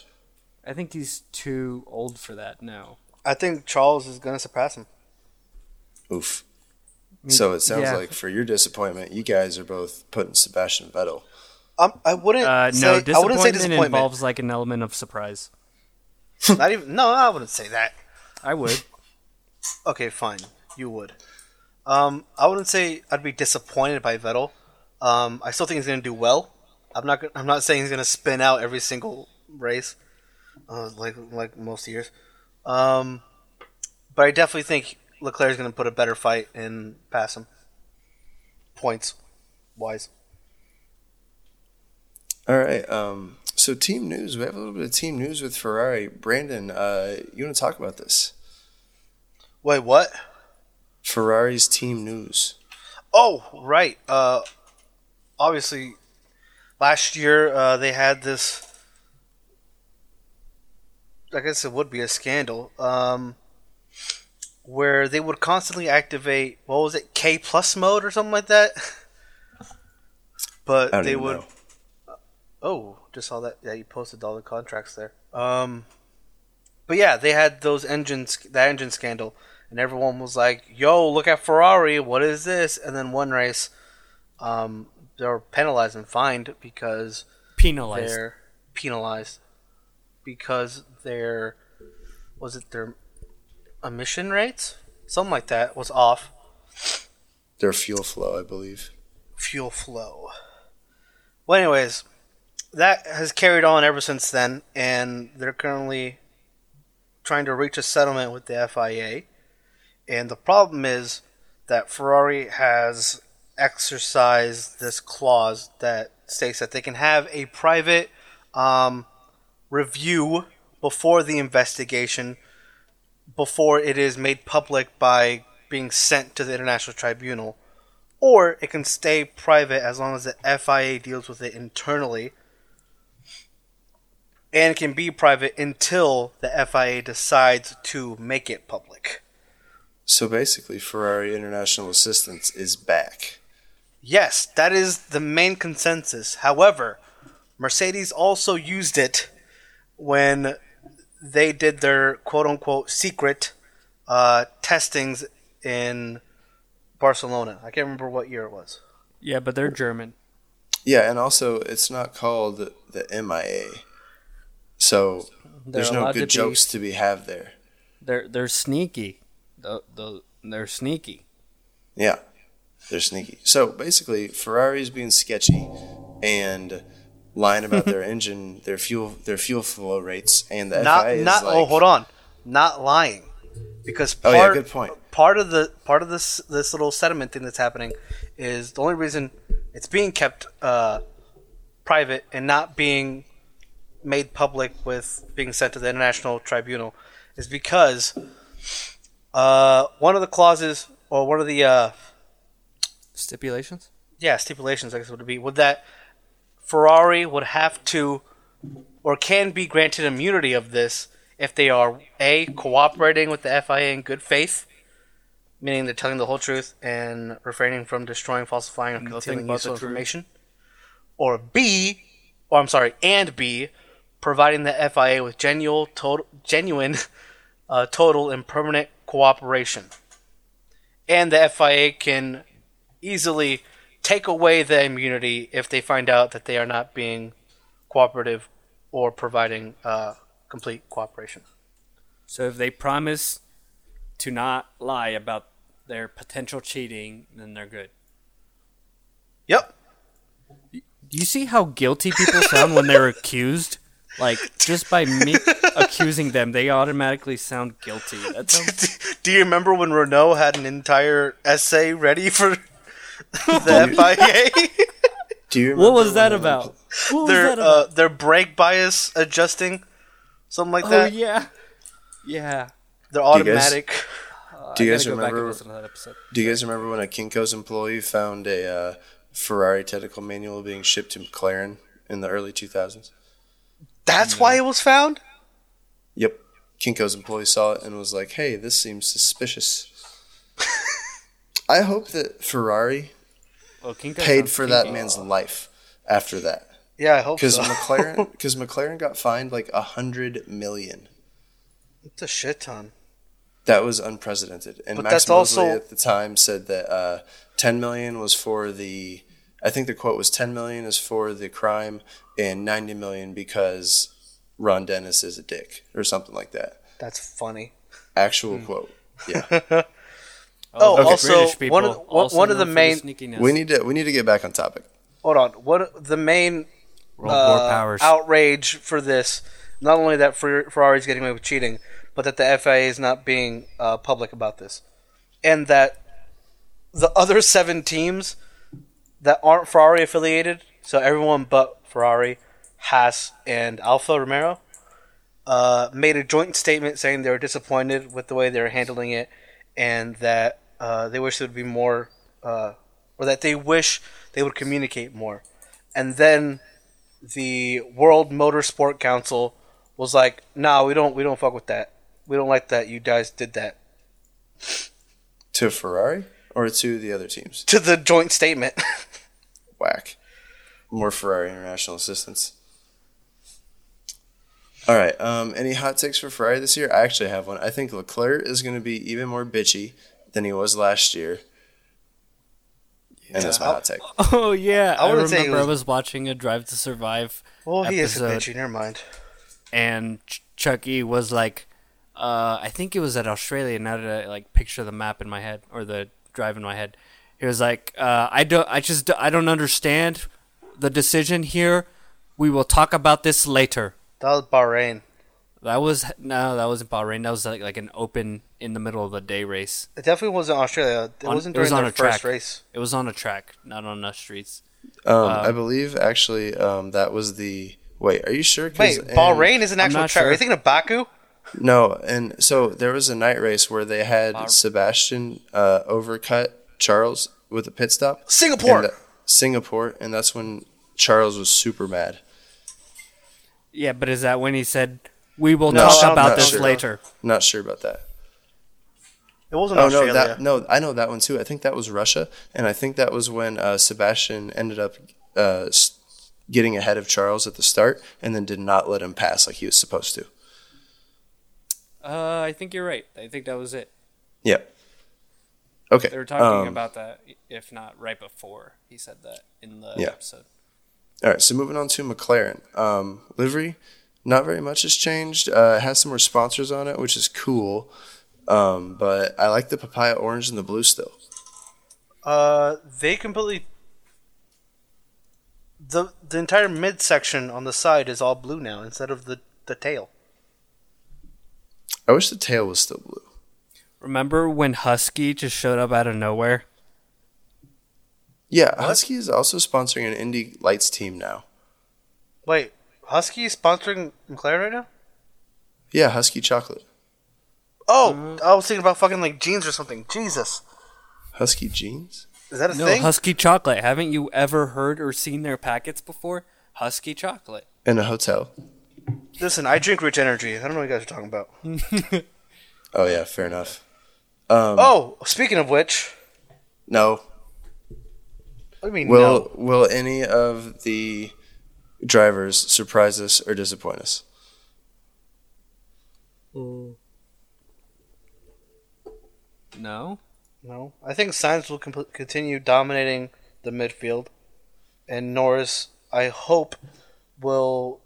S1: I think he's too old for that now.
S3: I think Charles is gonna surpass him.
S2: Oof. So it sounds
S1: yeah.
S2: like for your disappointment, you guys are both putting Sebastian Vettel.
S3: I'm, Um, I wouldn't.
S1: Uh,
S3: say,
S1: no, disappointment,
S3: I wouldn't say disappointment.
S1: involves like an element of surprise.
S3: Not even. No, I wouldn't say that.
S1: I would.
S3: Okay, fine. You would. Um, I wouldn't say I'd be disappointed by Vettel. Um, I still think he's going to do well. I'm not. gon- I'm not saying he's going to spin out every single race, uh, like like most years. Um, but I definitely think Leclerc's going to put a better fight and pass him. Points wise,
S2: All right. Um, so team news. We have a little bit of team news with Ferrari. Brandon, uh, you want to talk about this?
S3: wait, what?
S2: Ferrari's team news.
S3: Oh, right. Uh, obviously, last year uh, they had this. I guess it would be a scandal, um, where they would constantly activate what was it, K plus mode or something like that. But
S2: I don't
S3: they
S2: even
S3: would.
S2: know.
S3: Oh, just saw that. Yeah, you posted all the contracts there. Um, but yeah, they had those engines, that engine scandal, and everyone was like, "Yo, look at Ferrari! What is this?" And then one race, um, they were penalized and fined because
S1: Penalized.
S3: they're penalized because their was it their emission rates, something like that, was off
S2: Their fuel flow, I believe.
S3: fuel flow. Well, anyways, that has carried on ever since then, and they're currently trying to reach a settlement with the FIA. And the problem is that Ferrari has exercised this clause that states that they can have a private um, review before the investigation, before it is made public by being sent to the International Tribunal or it can stay private as long as the FIA deals with it internally. And it can be private until the FIA decides to make it public.
S2: So basically, Ferrari International Assistance is back.
S3: Yes, that is the main consensus. However, Mercedes also used it when they did their quote unquote secret uh, testings in Barcelona. I can't remember what year it was.
S1: Yeah, but they're German.
S2: Yeah, and also it's not called the MIA. So there's
S1: They're
S2: no
S1: allowed to
S2: good
S1: be-
S2: jokes to be have there.
S1: They're they're sneaky. The, the, they're sneaky.
S2: Yeah, they're sneaky. So basically, Ferrari's being sketchy and lying about their engine, their fuel, their fuel flow rates, and the
S3: not
S2: FIA
S3: not
S2: is like,
S3: oh hold on not lying because
S2: Oh,
S3: part,
S2: yeah, good point.
S3: part of the part of this this little sediment thing that's happening is the only reason it's being kept uh, private and not being made public with being sent to the international tribunal is because uh, one of the clauses or one of the uh,
S1: Stipulations?
S3: yeah, stipulations, I guess, would be would that Ferrari would have to or can be granted immunity of this if they are a cooperating with the FIA in good faith, meaning they're telling the whole truth and refraining from destroying, falsifying, or concealing
S1: but
S3: useful
S1: the truth.
S3: information, or B, or I'm sorry, and B, providing the FIA with genuine, total, genuine, uh, total, and permanent cooperation, and the FIA can easily take away the immunity if they find out that they are not being cooperative or providing uh, complete cooperation.
S1: So if they promise to not lie about their potential cheating, then they're good.
S3: Yep.
S1: Do you see how guilty people sound when they're accused? Like just by me accusing them, they automatically sound guilty. That sounds
S3: Do you remember when Renault had an entire essay ready for the FIA?
S2: Do you
S1: What was
S2: remember
S1: that
S2: when-
S1: about? What was
S3: their
S1: that about?
S3: uh, their brake bias adjusting, something like
S1: oh
S3: that.
S1: yeah, yeah.
S2: you
S3: They're
S2: guys-
S3: automatic.
S2: Do you
S1: I
S2: guys
S1: gotta go back and
S2: remember?
S1: listen to that episode.
S2: Do you guys remember when a Kinko's employee found a uh, Ferrari technical manual being shipped to McLaren in the early 2000s?
S3: That's why it was found.
S2: Yep. Kinko's employee saw it and was like, "Hey, this seems suspicious." I hope that Ferrari
S1: Well, Kinko
S2: paid
S1: sounds
S2: for that
S1: kinky.
S2: man's life after that,
S3: Yeah, I hope
S2: because
S3: so.
S2: McLaren, because McLaren got fined like a hundred million.
S3: it's a shit ton.
S2: That was unprecedented. And
S3: But
S2: Max
S3: that's
S2: Mosley
S3: also-
S2: at the time said that uh, 10 million was for the. I think the quote was 10 million is for the crime and 90 million because Ron Dennis is a dick or something like that.
S3: That's funny. Hmm.
S2: Actual quote. Yeah,
S3: Oh,
S1: the
S3: also,
S1: British
S3: one of the-
S1: people
S3: one-
S1: also
S3: one of the
S1: known for
S3: main-
S1: their sneakiness.
S2: we need to we need to get back on topic.
S3: Hold on. What the main
S1: World
S3: uh, outrage for this. Not only that Fer- Ferrari's getting away with cheating, but that the FIA is not being uh, public about this, and that the other seven teams that aren't Ferrari affiliated, so everyone but Ferrari, Haas, and Alfa Romero, uh, made a joint statement saying they were disappointed with the way they were handling it, and that uh, they wish there would be more, uh, or that they wish they would communicate more. And then the World Motorsport Council was like, "Nah, we don't, we don't fuck with that. We don't like that. You guys did that."
S2: To Ferrari or to the other teams?
S3: To the joint statement.
S2: Whack. More Ferrari international assistance. All right. Um, any hot takes for Ferrari this year? I actually have one. I think Leclerc is going to be even more bitchy than he was last year. And that's my hot take.
S1: Oh yeah,
S3: I
S1: I,
S3: wouldn't
S1: remember
S3: say it
S1: I
S3: was-
S1: was watching a Drive to Survive,
S3: Well, he is a
S1: Episode.
S3: bitchy. Never mind.
S1: and Ch- Chucky was like, uh, I think it was at Australia. Now that I like picture the map in my head or the drive in my head, he was like, uh, I don't, I just, I don't understand the decision here. We will talk about this later.
S3: That was Bahrain.
S1: That was no, that wasn't Bahrain. That was like like an open in the middle of the day race.
S3: It definitely wasn't Australia. It
S1: On-
S3: wasn't
S1: it
S3: during
S1: was on
S3: their
S1: a
S3: first
S1: track.
S3: race.
S1: It was on a track, not on the streets.
S2: Um,
S3: Uh,
S2: I believe actually um, that was the. Wait, are you sure? 'Cause
S3: Wait,
S2: in-
S3: Bahrain is an
S1: I'm
S3: actual
S1: not
S3: track. Are
S1: sure.
S3: you thinking of Baku?
S2: No, and so there was a night race where they had Sebastian uh, overcut Charles with a pit stop.
S3: Singapore.
S2: And tha- Singapore, and that's when Charles was super mad.
S1: Yeah, but is that when he said we will
S2: No,
S1: talk
S2: I'm
S1: about
S2: not
S1: this
S2: sure.
S1: later?
S2: Not sure about that.
S3: It wasn't
S2: Oh
S3: Australia.
S2: no, that no, I know that one too. I think that was Russia, and I think that was when uh, Sebastian ended up uh, s- getting ahead of Charles at the start, and then did not let him pass like he was supposed to.
S1: Uh, I think you're right. I think that was it.
S2: Yeah. Okay.
S1: They were talking
S2: um,
S1: about that, if not right before he said that in the
S2: Yeah.
S1: episode.
S2: All right, so moving on to McLaren. Um, livery, not very much has changed. Uh, it has some more sponsors on it, which is cool. Um, but I like the papaya orange and the blue still.
S3: Uh, they completely. The the entire midsection on the side is all blue now instead of the, the tail.
S2: I wish the tail was still blue.
S1: Remember when Husky just showed up out of nowhere?
S2: Yeah, Husky is also sponsoring an Indy Lights team now.
S3: Wait, Husky is sponsoring McLaren right now?
S2: Yeah, Husky chocolate.
S3: Oh,
S2: Uh-huh.
S3: I was thinking about fucking like jeans or something. Jesus,
S2: Husky jeans?
S3: is that a
S1: No,
S3: thing?
S1: Husky chocolate. Haven't you ever heard or seen their packets before? Husky chocolate.
S2: In a hotel.
S3: Listen, I drink rich energy. I don't know what you guys are talking about.
S2: Oh, yeah, fair enough. Um,
S3: Oh, speaking of which,
S2: No.
S3: what do you mean?
S2: Will,
S3: no?
S2: will any of the drivers surprise us or disappoint us?
S1: No.
S3: No, I think Sainz will com- continue dominating the midfield, and Norris, I hope, will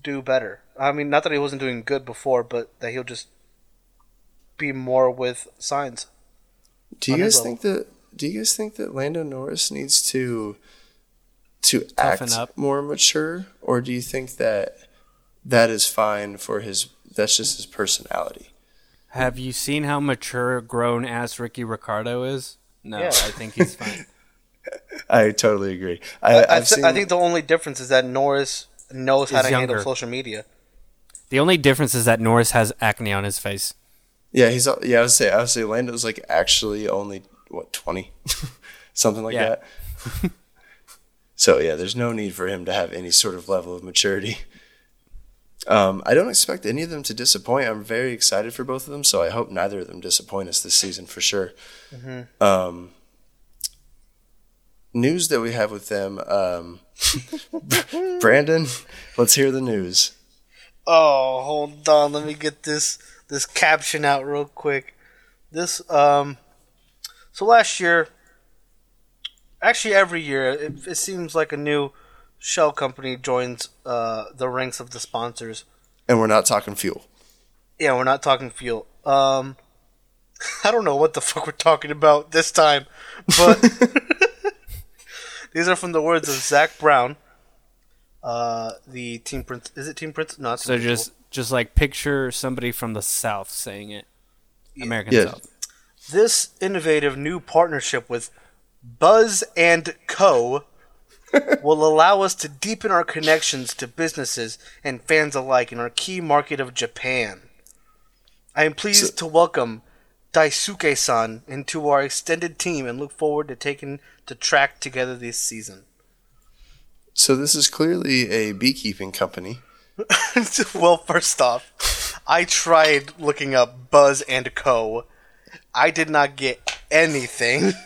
S3: do better. I mean, not that he wasn't doing good before, but that he'll just be more with Sainz.
S2: Do you
S3: on his
S2: guys
S3: level.
S2: think that? Do you guys think that Lando Norris needs to to
S1: Toughen
S2: act
S1: up.
S2: more mature, or do you think that that is fine for his? That's just his personality.
S1: Have you seen how mature, grown ass Ricky Ricardo is? No,
S3: Yeah.
S1: I think he's fine.
S2: I totally agree. I,
S3: I,
S2: I've
S3: th-
S2: seen,
S3: I think the only difference is that Norris knows how
S1: Is
S3: to handle
S1: younger.
S3: social media.
S1: the only difference is that Norris has acne on his face.
S2: yeah, he's yeah. I would say I would say Lando's like actually only what twenty, something like
S1: Yeah.
S2: that. so yeah, there's no need for him to have any sort of level of maturity. Um, I don't expect any of them to disappoint. I'm very excited for both of them, so I hope neither of them disappoint us this season for sure. Um, news that we have with them, um, Brandon. Let's hear the news.
S3: Oh, hold on. Let me get this this caption out real quick. This um, so last year, actually every year, it, it seems like a new shell company joins uh, the ranks of the sponsors.
S2: And we're not talking fuel.
S3: Yeah, we're not talking fuel. Um, I don't know what the fuck we're talking about this time, but these are from the words of Zach Brown, uh, the team prince. Is it team prince? Not
S1: So just, just like picture somebody from the South saying it. American
S2: Yeah.
S1: South.
S3: this innovative new partnership with Buzz and Co. will allow us to deepen our connections to businesses and fans alike in our key market of Japan. I am pleased to welcome Daisuke san into our extended team and look forward to taking the track together this season.
S2: So this is clearly a beekeeping company.
S3: well, first off, I tried looking up Buzz and Co. I did not get anything.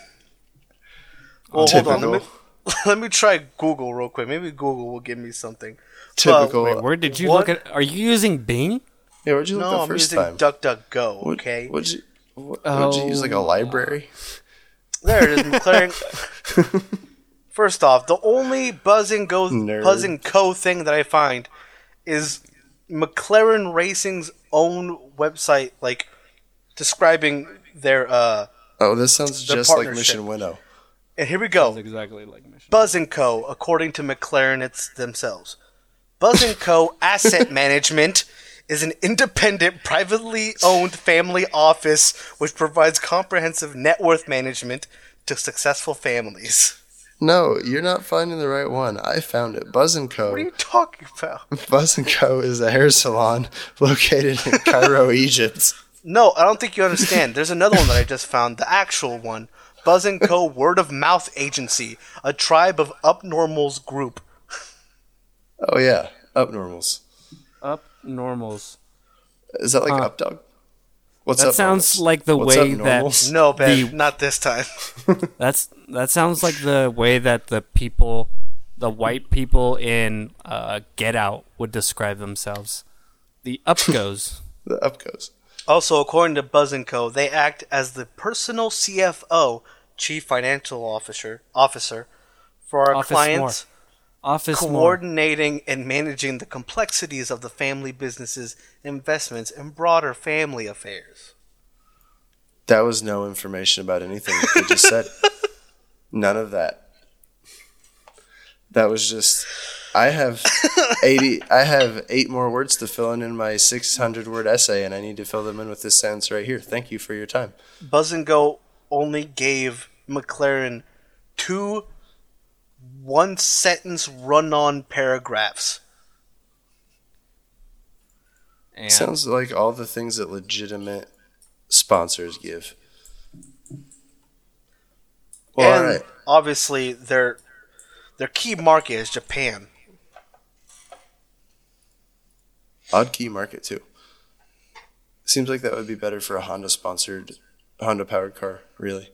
S3: Well, hold on. Let me,
S2: Typical.
S3: Let me try Google real quick. Maybe Google will give me something.
S2: Typical.
S3: Well,
S1: Wait, where did you
S3: What?
S1: look at? Are you using Bing?
S2: yeah, where'd you look
S3: no,
S2: the
S3: I'm
S2: first time?
S3: using DuckDuckGo.
S2: What-
S3: Okay,
S2: What'd you, what, what'd you use, like a
S1: Oh.
S2: library?
S3: there it is. McLaren. First off, the only buzzing go
S2: Nerd.
S3: buzzing co thing that I find is McLaren Racing's own website, like describing their. uh
S2: Oh, this sounds
S3: The
S2: just like
S3: partnership.
S2: Mission Winnow.
S3: And here we go.
S1: exactly like Mission.
S3: Buzz & Co., according to McLaren it's themselves. Buzz & Co. Asset Management is an independent, privately owned family office which provides comprehensive net worth management to successful families.
S2: No, you're not finding the right one. I found it. Buzz and Co.
S3: What are you talking about?
S2: Buzz and Co. is a hair salon located in Cairo, Egypt.
S3: No, I don't think you understand. There's another one that I just found, the actual one. Buzz & Co. Word of Mouth Agency, a tribe of upnormals group.
S2: Oh yeah, Upnormals.
S1: Up normals.
S2: Is that like
S1: Huh.
S2: Up Dog? What's
S1: That
S2: up,
S1: sounds
S2: normals?
S1: like the
S2: What's
S1: way
S2: up,
S1: that
S2: normals?
S3: No, Ben,
S1: The-
S3: not this time.
S1: that's that sounds like the way that the people, the white people in uh, Get Out would describe themselves. The upgoes.
S2: the up goes.
S3: Also, according to Buzz & Co., they act as the personal CFO, Chief Financial Officer, officer for our
S1: Office
S3: clients,
S1: Office more.
S3: coordinating and managing the complexities of the family businesses, investments, and broader family affairs.
S2: That was no information about anything they just said. None of that. That was just. I have eighty. I have eight more words to fill in in my six hundred word essay, and I need to fill them in with this sentence right here. Thank you for your time.
S3: Buzz & Go only gave McLaren two one-sentence run-on paragraphs.
S1: And-
S2: Sounds like all the things that legitimate sponsors give. Well, all
S3: and
S2: right.
S3: obviously, their, their key market is Japan.
S2: Odd key market too. Seems like that would be better for a Honda sponsored, Honda powered car. Really.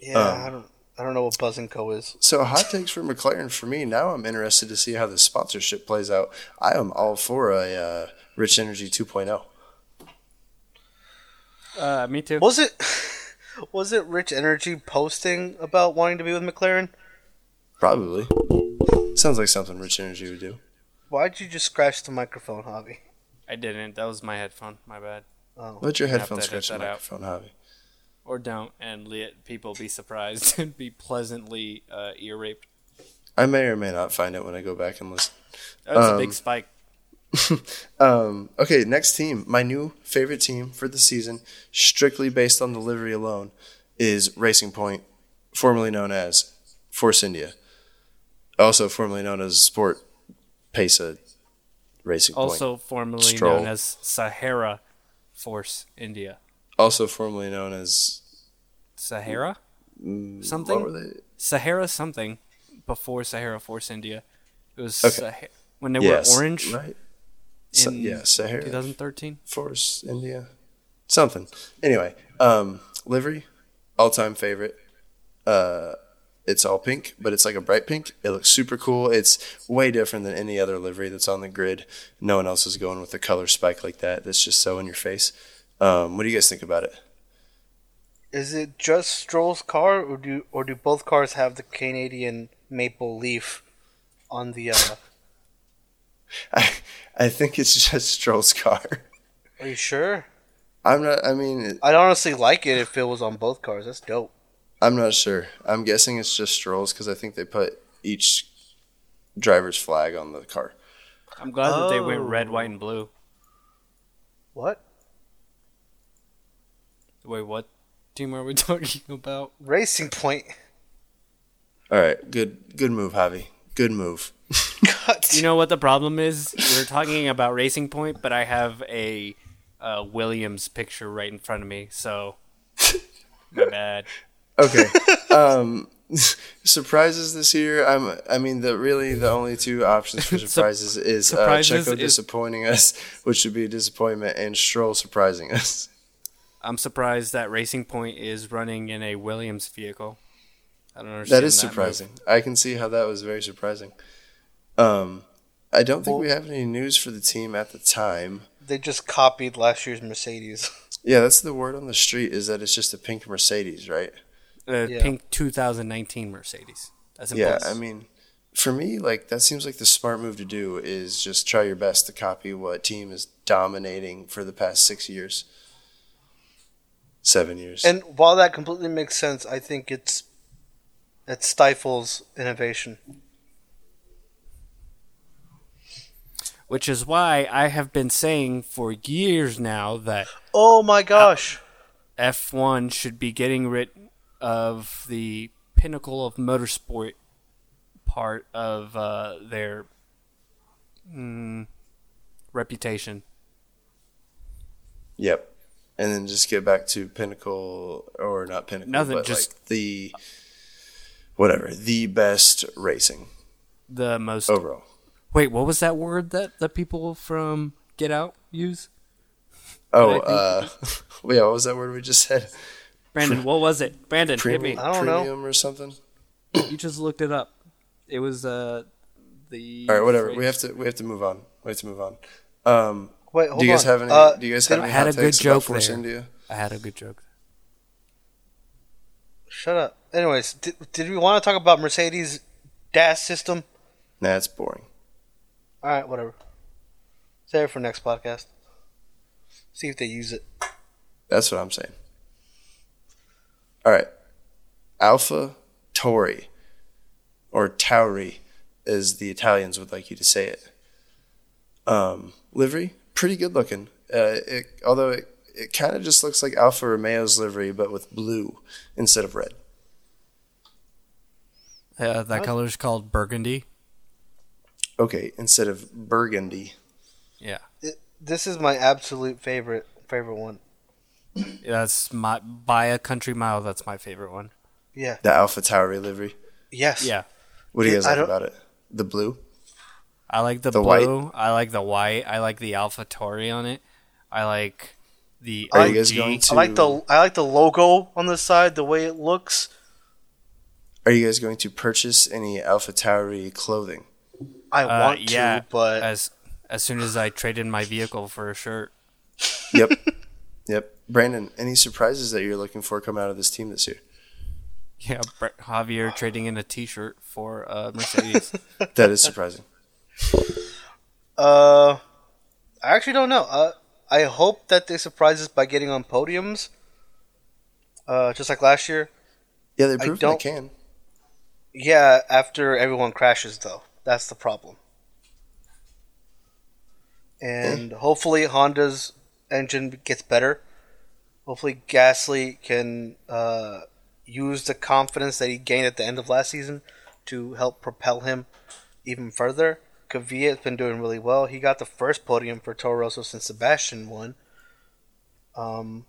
S3: Yeah,
S2: Um,
S3: I don't I don't know what Buzz and Co is.
S2: So hot takes for McLaren for me. Now I'm interested to see how the sponsorship plays out. I am all for a uh, Rich Energy oh. 2.0.
S1: uh, me too.
S3: Was it was it Rich Energy posting about wanting to be with McLaren?
S2: Probably. Sounds like something Rich Energy would do.
S3: Why'd you just scratch the microphone, Hobby?
S1: I didn't. That was my headphone. My bad.
S3: Oh.
S2: Let your
S1: Have to
S2: headphones
S1: edit
S2: scratch the
S1: that out.
S2: microphone, Javi.
S1: Or don't, and let people be surprised and be pleasantly uh, ear raped.
S2: I may or may not find it when I go back and listen.
S1: That was
S2: Um,
S1: a big spike.
S2: Um, okay, next team. My new favorite team for the season, strictly based on delivery alone, is Racing Point, formerly known as Force India, also formerly known as Sport Pesa Racing Point,
S1: Also formerly
S2: Stroll.
S1: known as Sahara Force India.
S2: also formerly known as mm,
S1: Sahara?
S2: what were
S1: Something?
S2: they?
S1: Sahara something before Sahara Force India. It was
S2: Okay.
S1: Sah- when they
S2: Yes,
S1: were orange in
S2: right? So, yeah, Sahara
S1: 2013.
S2: Force India, something. Anyway, um, livery, all time favorite. Uh, it's all pink, but it's like a bright pink. It looks super cool. It's way different than any other livery that's on the grid. No one else is going with a color spike like that. That's just so in your face. Um, what do you guys think about it?
S3: Is it just Stroll's car or do or do both cars have the Canadian maple leaf on the uh
S2: I, I think it's just Stroll's car.
S3: Are you sure?
S2: I'm not. I mean, it-
S3: I'd honestly like it if it was on both cars. That's dope.
S2: I'm not sure. I'm guessing it's just Stroll's because I think they put each driver's flag on the car.
S1: I'm glad that they went
S3: Oh.
S1: red, white, and blue.
S3: What?
S1: Wait, what team are we talking about?
S3: Racing point.
S2: All right, good good move, Javi. Good move.
S3: God.
S1: You know what the problem is? We're talking about Racing Point, but I have a uh, Williams picture right in front of me, so my bad.
S2: Okay. um surprises this year. I'm I mean the really the only two options for surprises is uh,
S1: surprises
S2: Checo
S1: is-
S2: disappointing us, which would be a disappointment, and Stroll surprising us.
S1: I'm surprised that Racing Point is running in a Williams vehicle. I don't understand.
S2: That is
S1: move.
S2: surprising. I can see how that was very surprising. Um, I don't think
S3: Well-
S2: we have any news for the team at the time.
S3: They just copied last year's Mercedes.
S2: Yeah, that's the word on the street is that it's just a pink Mercedes, right?
S1: Uh,
S3: Yeah.
S1: Pink 2019 Mercedes. That's
S2: Yeah,
S1: important.
S2: I mean, for me, like that seems like the smart move to do is just try your best to copy what team is dominating for the past six years, seven years.
S3: And while that completely makes sense, I think it's it stifles innovation.
S1: Which is why I have been saying for years now that
S3: Oh my gosh.
S1: F1 should be getting rid of the pinnacle of motorsport part of uh, their mm, reputation.
S2: yep. And then just get back to pinnacle or not pinnacle,
S1: Nothing,
S2: but
S1: just-
S2: like the whatever the best racing
S1: The most.
S2: overall.
S1: Wait, what was that word that the people from Get Out use?
S2: Oh,
S1: But
S2: uh, yeah. What was that word we just said?
S1: Brandon, what was it? Brandon, hit me.
S2: Premium,
S3: I don't know.
S2: premium or something.
S1: Oh. You just looked it up. It was uh, the.
S2: All right, whatever. We have to we have to move on. We have to move on. Um,
S3: Wait, hold
S2: do you guys
S3: on.
S2: have any?
S3: Uh,
S2: do you guys have
S1: I
S2: any?
S1: had
S2: hot
S1: a good
S2: takes about
S1: joke
S2: Force
S1: there.
S2: India?
S1: I had a good joke.
S3: Shut up. Anyways, did, did we want to talk about Mercedes DAS system?
S2: Nah, it's boring.
S3: All right, whatever. Save it for next podcast. See if they use it.
S2: That's what I'm saying. All right, Alpha Tauri, or Tauri, as the Italians would like you to say it. Um, livery, pretty good looking. Uh, it, although it, it kind of just looks like Alfa Romeo's livery, but with blue instead of red.
S1: Uh, that color is called burgundy.
S2: Okay, instead of burgundy.
S1: Yeah.
S3: It- This is my absolute favorite favorite one.
S1: That's my by a country mile. That's my favorite one.
S3: Yeah.
S2: The Alpha Tauri livery.
S3: Yes.
S1: Yeah,
S2: What do you
S3: Yeah,
S2: guys
S3: I
S2: like
S3: don't-
S2: about it? The blue?
S1: I like the,
S2: The
S1: blue. I like the white. I like the Alpha Tori on it. I like the.
S2: Are
S1: OG.
S2: you guys going to
S3: I like the I like the logo on the side, the way it looks.
S2: Are you guys going to purchase any Alpha Tauri clothing?
S3: I
S1: Uh,
S3: want to,
S1: yeah,
S3: but
S1: as as soon as I trade in my vehicle for a shirt,
S2: Yep. yep. Brandon, any surprises that you're looking for coming out of this team this year?
S1: yeah, Bre- Javier trading in a T-shirt for a Mercedes.
S2: That is surprising.
S3: Uh, I actually don't know. Uh, I hope that they surprise us by getting on podiums, uh, just like last year.
S2: Yeah, they
S3: I
S2: proved they
S3: don't-
S2: can.
S3: Yeah, after everyone crashes, though. That's the problem. And hopefully Honda's engine gets better. Hopefully Gasly can uh, use the confidence that he gained at the end of last season to help propel him even further. Kvyat has been doing really well. He got the first podium for Toro Rosso since Sebastian won. Um,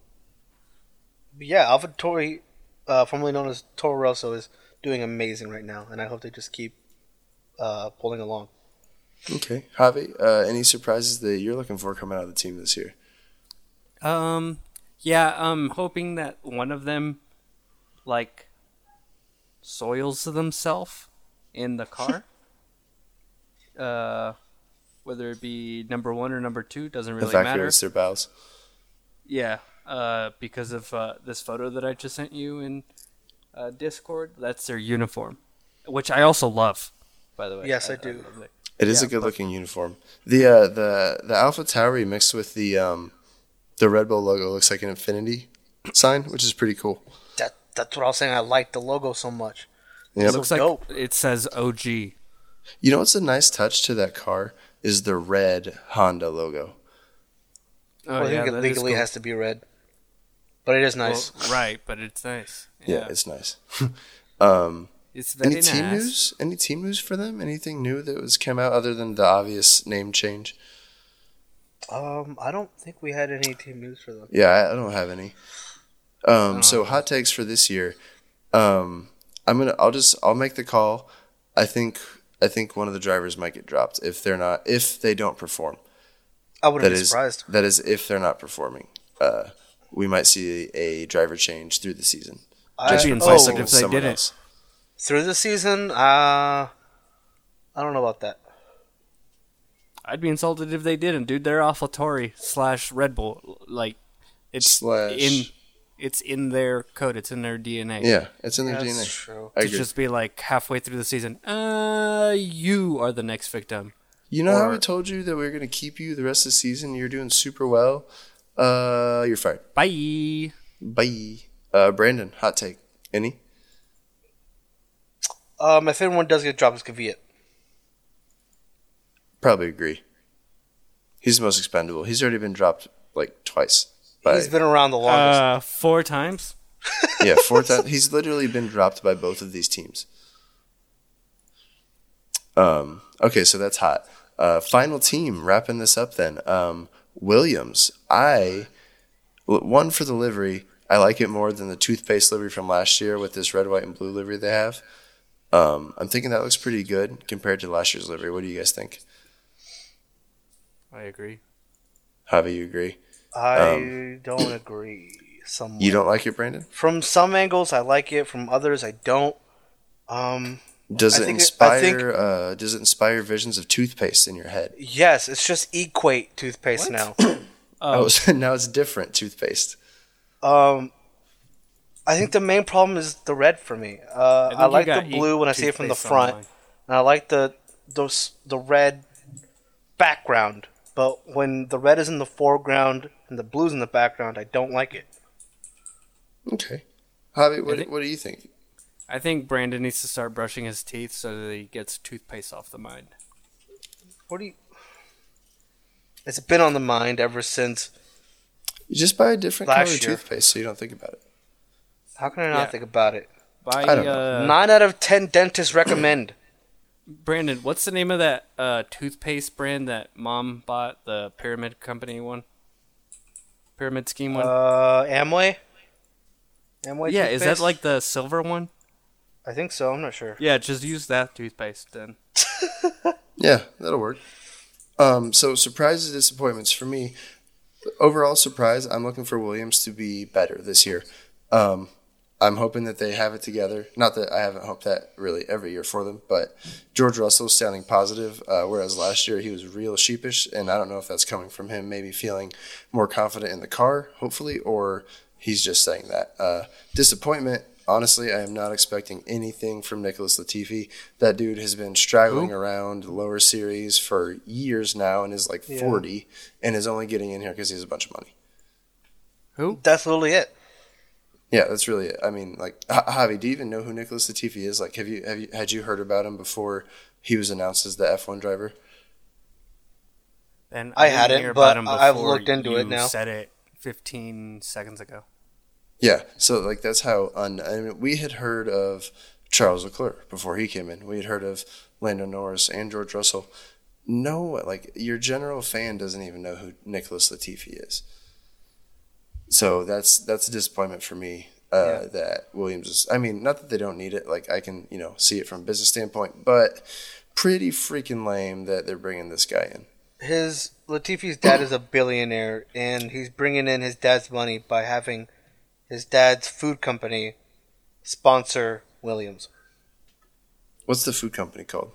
S3: but yeah, AlphaTauri, uh, formerly known as Toro Rosso, is doing amazing right now, and I hope they just keep uh, pulling along.
S2: Okay. Javi, uh, any surprises that you're looking for coming out of the team this year?
S1: um, yeah, I'm hoping that one of them, like, soils themselves in the car. uh, whether it be number one or number two doesn't really matter.
S2: Evacuates their bowels.
S1: Yeah, uh, because of uh, this photo that I just sent you in uh, Discord. That's their uniform, which I also love, by the way.
S3: Yes, I do.
S1: love it.
S2: It is
S1: Yeah,
S2: a good looking uniform. The uh, the the Alpha Tauri mixed with the um, the Red Bull logo looks like an infinity sign, which is pretty cool.
S3: That that's what I was saying. I like the logo so much.
S2: Yep.
S1: Looks like
S3: dope.
S1: it says OG.
S2: You know what's a nice touch to that car is the red Honda logo.
S1: Oh,
S3: well, I
S1: yeah,
S3: think it
S1: that is
S3: legally
S1: cool.
S3: has to be red, but it is nice.
S1: Well, right, but it's nice.
S2: Yeah,
S1: Yeah,
S2: it's nice. um,
S1: it's very
S2: any
S1: nice.
S2: team news? Any team news for them? Anything new that was came out other than the obvious name change?
S3: um, I don't think we had any team news for them.
S2: Yeah, I, I don't have any. Um, so hot takes for this year. Um, I'm gonna. I'll just. I'll make the call. I think. I think one of the drivers might get dropped if they're not. If they don't perform.
S3: I wouldn't
S2: That
S3: be
S2: is
S3: surprised.
S2: that is if they're not performing. Uh, we might see a driver change through the season.
S3: I,
S1: Just be
S2: replacing
S1: insulted
S3: oh,
S1: if they
S2: someone
S1: didn't.
S2: else.
S3: Through the season, uh, I don't know about that.
S1: I'd be insulted if they didn't, dude. They're off of Tory slash Red Bull. Like it's
S2: Slash.
S1: in it's in their code. It's in their DNA.
S2: Yeah, it's in their
S3: That's
S2: DNA.
S3: true.
S2: I
S1: To
S2: agree.
S1: just be like halfway through the season, uh, you are the next victim.
S2: you know how
S1: or-
S2: we told you that we were going to keep you the rest of the season? You're doing super well. Uh, you're fired.
S1: Bye.
S2: Bye. Uh, Brandon, hot take. Any?
S3: Um, if anyone does get dropped, it's Kvyat.
S2: Probably agree. He's the most expendable. He's already been dropped like twice. By,
S3: He's been around the longest.
S1: Uh, four times.
S2: yeah, four times. He's literally been dropped by both of these teams. Um. Okay, so that's hot. Uh, final team. Wrapping this up then. Um, Williams. I l- one for the livery. I like it more than the toothpaste livery from last year with this red, white, and blue livery they have. Um, I'm thinking that looks pretty good compared to last year's livery. What do you guys think?
S1: I agree.
S2: Javi, you agree?
S1: Uh,
S3: I don't agree. Some
S2: um, You don't like it, Brandon?
S3: from some angles I like it, from others I don't. Um,
S2: Does
S3: I
S2: it
S3: think it- I
S2: inspire?
S3: think-
S2: uh, does it inspire visions of toothpaste in your head?
S3: yes, it's just equate toothpaste
S1: What?
S3: now.
S1: Um,
S2: Oh, so now it's different toothpaste.
S3: Um, I think the main problem is the red for me. Uh,
S1: think
S3: I,
S1: you
S3: like the
S1: got
S3: blue when I see it from the
S1: toothpaste
S3: front,
S1: online.
S3: and I like the those the red background. But when the red is in the foreground and the blue's in the background, I don't like it.
S2: Okay. Javi, what,
S1: I think-
S2: what do you think?
S1: I think Brandon needs to start brushing his teeth so that he gets toothpaste off the mind.
S3: What do you? It's been on the mind ever since.
S2: You just buy a different
S3: Last
S2: color
S3: year.
S2: toothpaste so you don't think about it.
S3: How can I not
S1: Yeah.
S3: think about it?
S1: By
S2: I don't know.
S1: uh,
S3: Nine out of ten dentists recommend.
S1: Brandon, what's the name of that uh, toothpaste brand that mom bought? The pyramid company one, pyramid scheme one.
S3: uh, Amway. Amway.
S1: yeah, is that
S3: toothpaste?
S1: like the silver one?
S3: I think so. I'm not sure.
S1: Yeah, just use that toothpaste then.
S2: Yeah, that'll work. Um, so surprises, disappointments for me. Overall surprise, I'm looking for Williams to be better this year. Um, I'm hoping that they have it together. Not that I haven't hoped that really every year for them, but George Russell's sounding positive, uh, whereas last year he was real sheepish, and I don't know if that's coming from him maybe feeling more confident in the car, hopefully, or he's just saying that. Uh, disappointment. Honestly, I am not expecting anything from Nicholas Latifi. That dude has been straggling around lower series for years now and is like 40 and is only getting in here because he has a bunch of money.
S3: That's literally it.
S2: Yeah, that's really it. I mean, like H- Javi, do you even know who Nicholas Latifi is? Like, have you have you had you heard about him before he was announced as the F one driver?
S1: And
S3: I
S1: didn't
S3: hadn't,
S1: hear about
S3: but
S1: him
S3: I- I've
S1: before
S3: looked into
S1: you
S3: it now.
S1: Said it 15 seconds ago.
S2: Yeah, so like that's how un. I mean, we had heard of Charles Leclerc before he came in. We had heard of Lando Norris and George Russell. No, like your general fan doesn't even know who Nicholas Latifi is. So that's that's a disappointment for me. Uh, That Williams is. I mean, not that they don't need it. Like I can you know see it from a business standpoint, but pretty freaking lame that they're bringing this guy in.
S3: His Latifi's dad is a billionaire, and he's bringing in his dad's money by having his dad's food company sponsor Williams.
S2: What's the food company called?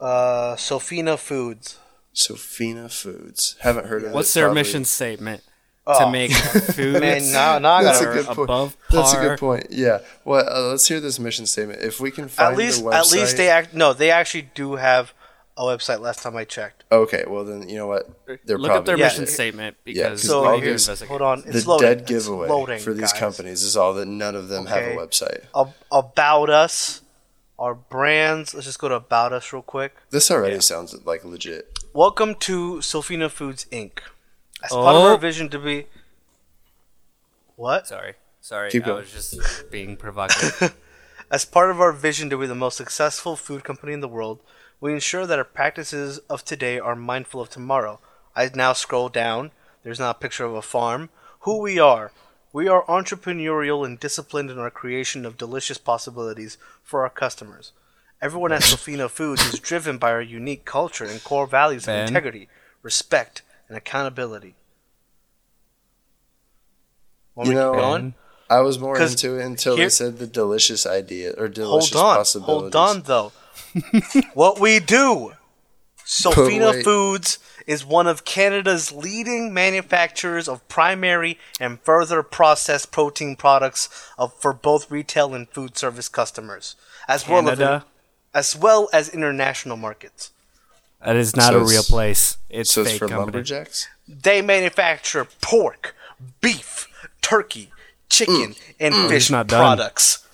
S3: Uh, Sofina Foods.
S2: Sofina Foods. Haven't heard of it.
S1: What's their
S2: Probably-
S1: mission statement?
S3: Oh.
S1: To make food
S3: Man, now, now I
S2: That's
S3: gotta.
S2: a good
S1: are
S2: point.
S1: above
S2: That's a
S1: par.
S2: good point. Yeah. Well, uh, let's hear this mission statement. If we can find
S3: At least,
S2: their website,
S3: at least they act. No, they actually do have a website. Last time I checked.
S2: Okay. Well, then you know what? They're
S1: look
S2: probably
S1: up their
S3: Yeah.
S1: mission statement because
S2: 'cause
S1: we
S3: all
S1: need to
S2: these-
S1: investigate.
S3: Hold on,
S2: the
S3: it's loading.
S2: dead
S3: It's
S2: giveaway
S3: loading,
S2: for these
S3: guys.
S2: companies is all that none of them have
S3: Okay.
S2: a website.
S3: Ab- about us, our brands. Let's just go to about us real quick.
S2: This already sounds like legit.
S3: Welcome to Sofina Foods Inc. As part of
S1: Oh.
S3: our vision to be. What?
S1: Sorry, sorry,
S2: Keep
S1: I
S2: going.
S1: was just being provocative.
S3: As part of our vision to be the most successful food company in the world, we ensure that our practices of today are mindful of tomorrow. I now scroll down. There's not a picture of a farm. Who we are. We are entrepreneurial and disciplined in our creation of delicious possibilities for our customers. Everyone at Sofina Foods is driven by our unique culture and core values
S1: Ben?
S3: of integrity, respect, and accountability. Want
S2: You
S3: me to
S2: know,
S3: keep going?
S1: Ben,
S2: I was more
S3: 'Cause
S2: into it until
S3: here-
S2: they said the delicious idea or delicious
S3: Hold on.
S2: possibilities.
S3: Hold on, though. what we do. Sofina
S2: wait.
S3: Foods is one of Canada's leading manufacturers of primary and further processed protein products of, for both retail and food service customers, as well as
S1: Canada.
S3: as well as international markets.
S1: That is not
S2: So
S1: a real
S2: it's-
S1: place. It's
S2: So
S1: fake
S2: it's from
S1: company.
S2: lumberjacks.
S3: They manufacture pork, beef, turkey, chicken, and fish
S1: not done.
S3: products.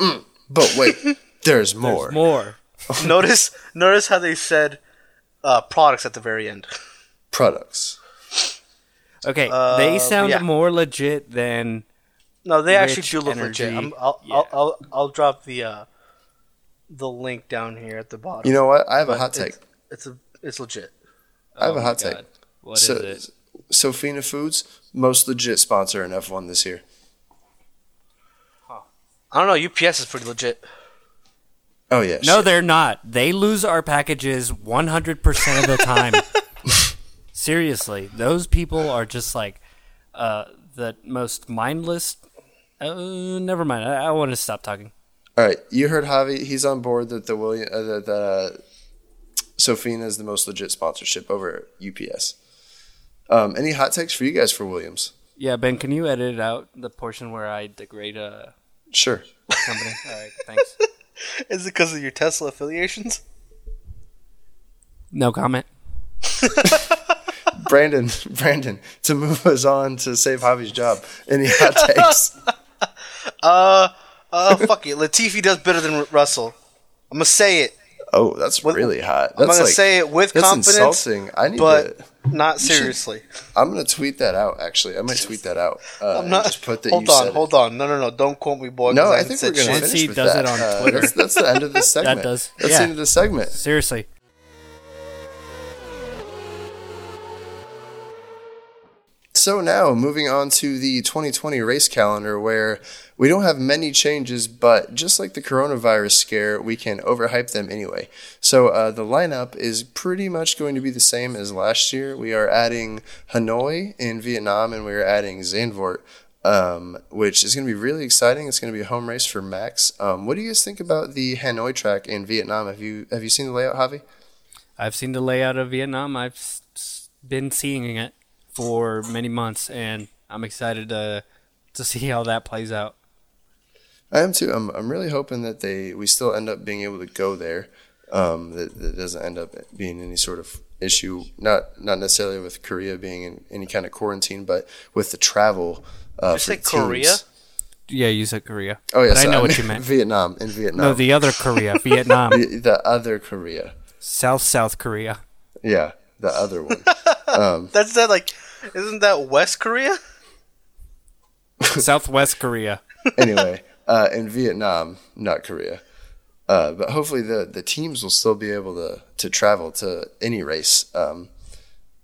S2: But wait, there's more.
S1: More.
S3: notice notice how they said uh, products at the very end.
S2: products.
S1: Okay,
S2: Uh,
S1: they sound
S3: yeah.
S1: more legit than
S3: No, they actually
S1: Rich
S3: do look legit.
S1: energy.
S3: I'm, I'll, I'll, I'll I'll drop the uh, the link down here at the bottom.
S2: You know what? I have a hot take.
S3: it's, it's a it's legit.
S1: oh
S2: I have a hot take.
S1: What is
S2: So,
S1: it?
S2: Sofina Foods, most legit sponsor in F1 this year.
S3: I don't know. UPS is pretty legit.
S2: Oh yeah.
S1: No,
S2: shit.
S1: they're not. They lose our packages 100% of the time. Seriously, those people are just like uh, the most mindless. Uh, never mind. I, I want to stop talking.
S2: All right, you heard Javi. He's on board that the William uh, that the Sofina is the most legit sponsorship over UPS. Um, any hot takes for you guys for Williams?
S1: Yeah, Ben, can you edit out the portion where I degrade a
S2: Sure.
S1: company? All right, thanks.
S3: Is it because of your Tesla affiliations?
S1: No comment.
S2: Brandon, Brandon, to move us on to save Javi's job. Any hot takes?
S3: Uh, fuck it. Latifi does better than Russell. I'm gonna say it.
S2: Oh, that's really hot. That's
S3: I'm gonna
S2: like-
S3: say it with
S2: that's
S3: confidence,
S2: insulting. I need
S3: but
S2: to.
S3: not
S2: should-
S3: seriously.
S2: I'm gonna tweet that out. Actually, I might tweet that out. Uh,
S3: I'm not.
S2: and just put that
S3: hold
S2: you
S3: on,
S2: said it.
S3: hold on. No, no, no. Don't quote me, boy.
S2: No,
S3: 'cause
S2: I,
S3: haven't
S2: think we're
S3: said
S2: gonna
S3: shit.
S1: Once
S2: finish
S1: he
S2: with
S1: does
S2: that.
S1: it on
S2: Uh,
S1: Twitter.
S2: that's, that's the end of this segment.
S1: does-
S2: That's
S1: yeah.
S2: the end of the segment.
S1: Seriously.
S2: So now moving on to the 2020 race calendar, where we don't have many changes, but just like the coronavirus scare, we can overhype them anyway. So uh, the lineup is pretty much going to be the same as last year. We are adding Hanoi in Vietnam, and we are adding Zandvoort, um, which is going to be really exciting. It's going to be a home race for Max. Um, what do you guys think about the Hanoi track in Vietnam? Have you have you seen the layout, Javi?
S1: I've seen the layout of Vietnam. I've s- s- been seeing it for many months, and I'm excited to to see how that plays out.
S2: I am too. I'm, I'm really hoping that they we still end up being able to go there. Um, that, that doesn't end up being any sort of issue. Not not necessarily with Korea being in any kind of quarantine, but with the travel. Uh,
S3: say
S2: for teams.
S3: Korea?
S1: Yeah, you said Korea.
S2: Oh yeah,
S1: but I
S2: so
S1: know what
S2: mean
S1: you meant.
S2: Vietnam in Vietnam.
S1: No, the other Korea, Vietnam,
S2: the, the other Korea.
S1: South South Korea.
S2: Yeah, the other one.
S3: That's that like, isn't that West Korea?
S1: Southwest Korea.
S2: anyway, uh, in Vietnam, not Korea. Uh, but hopefully the, the teams will still be able to, to travel to any race. Um,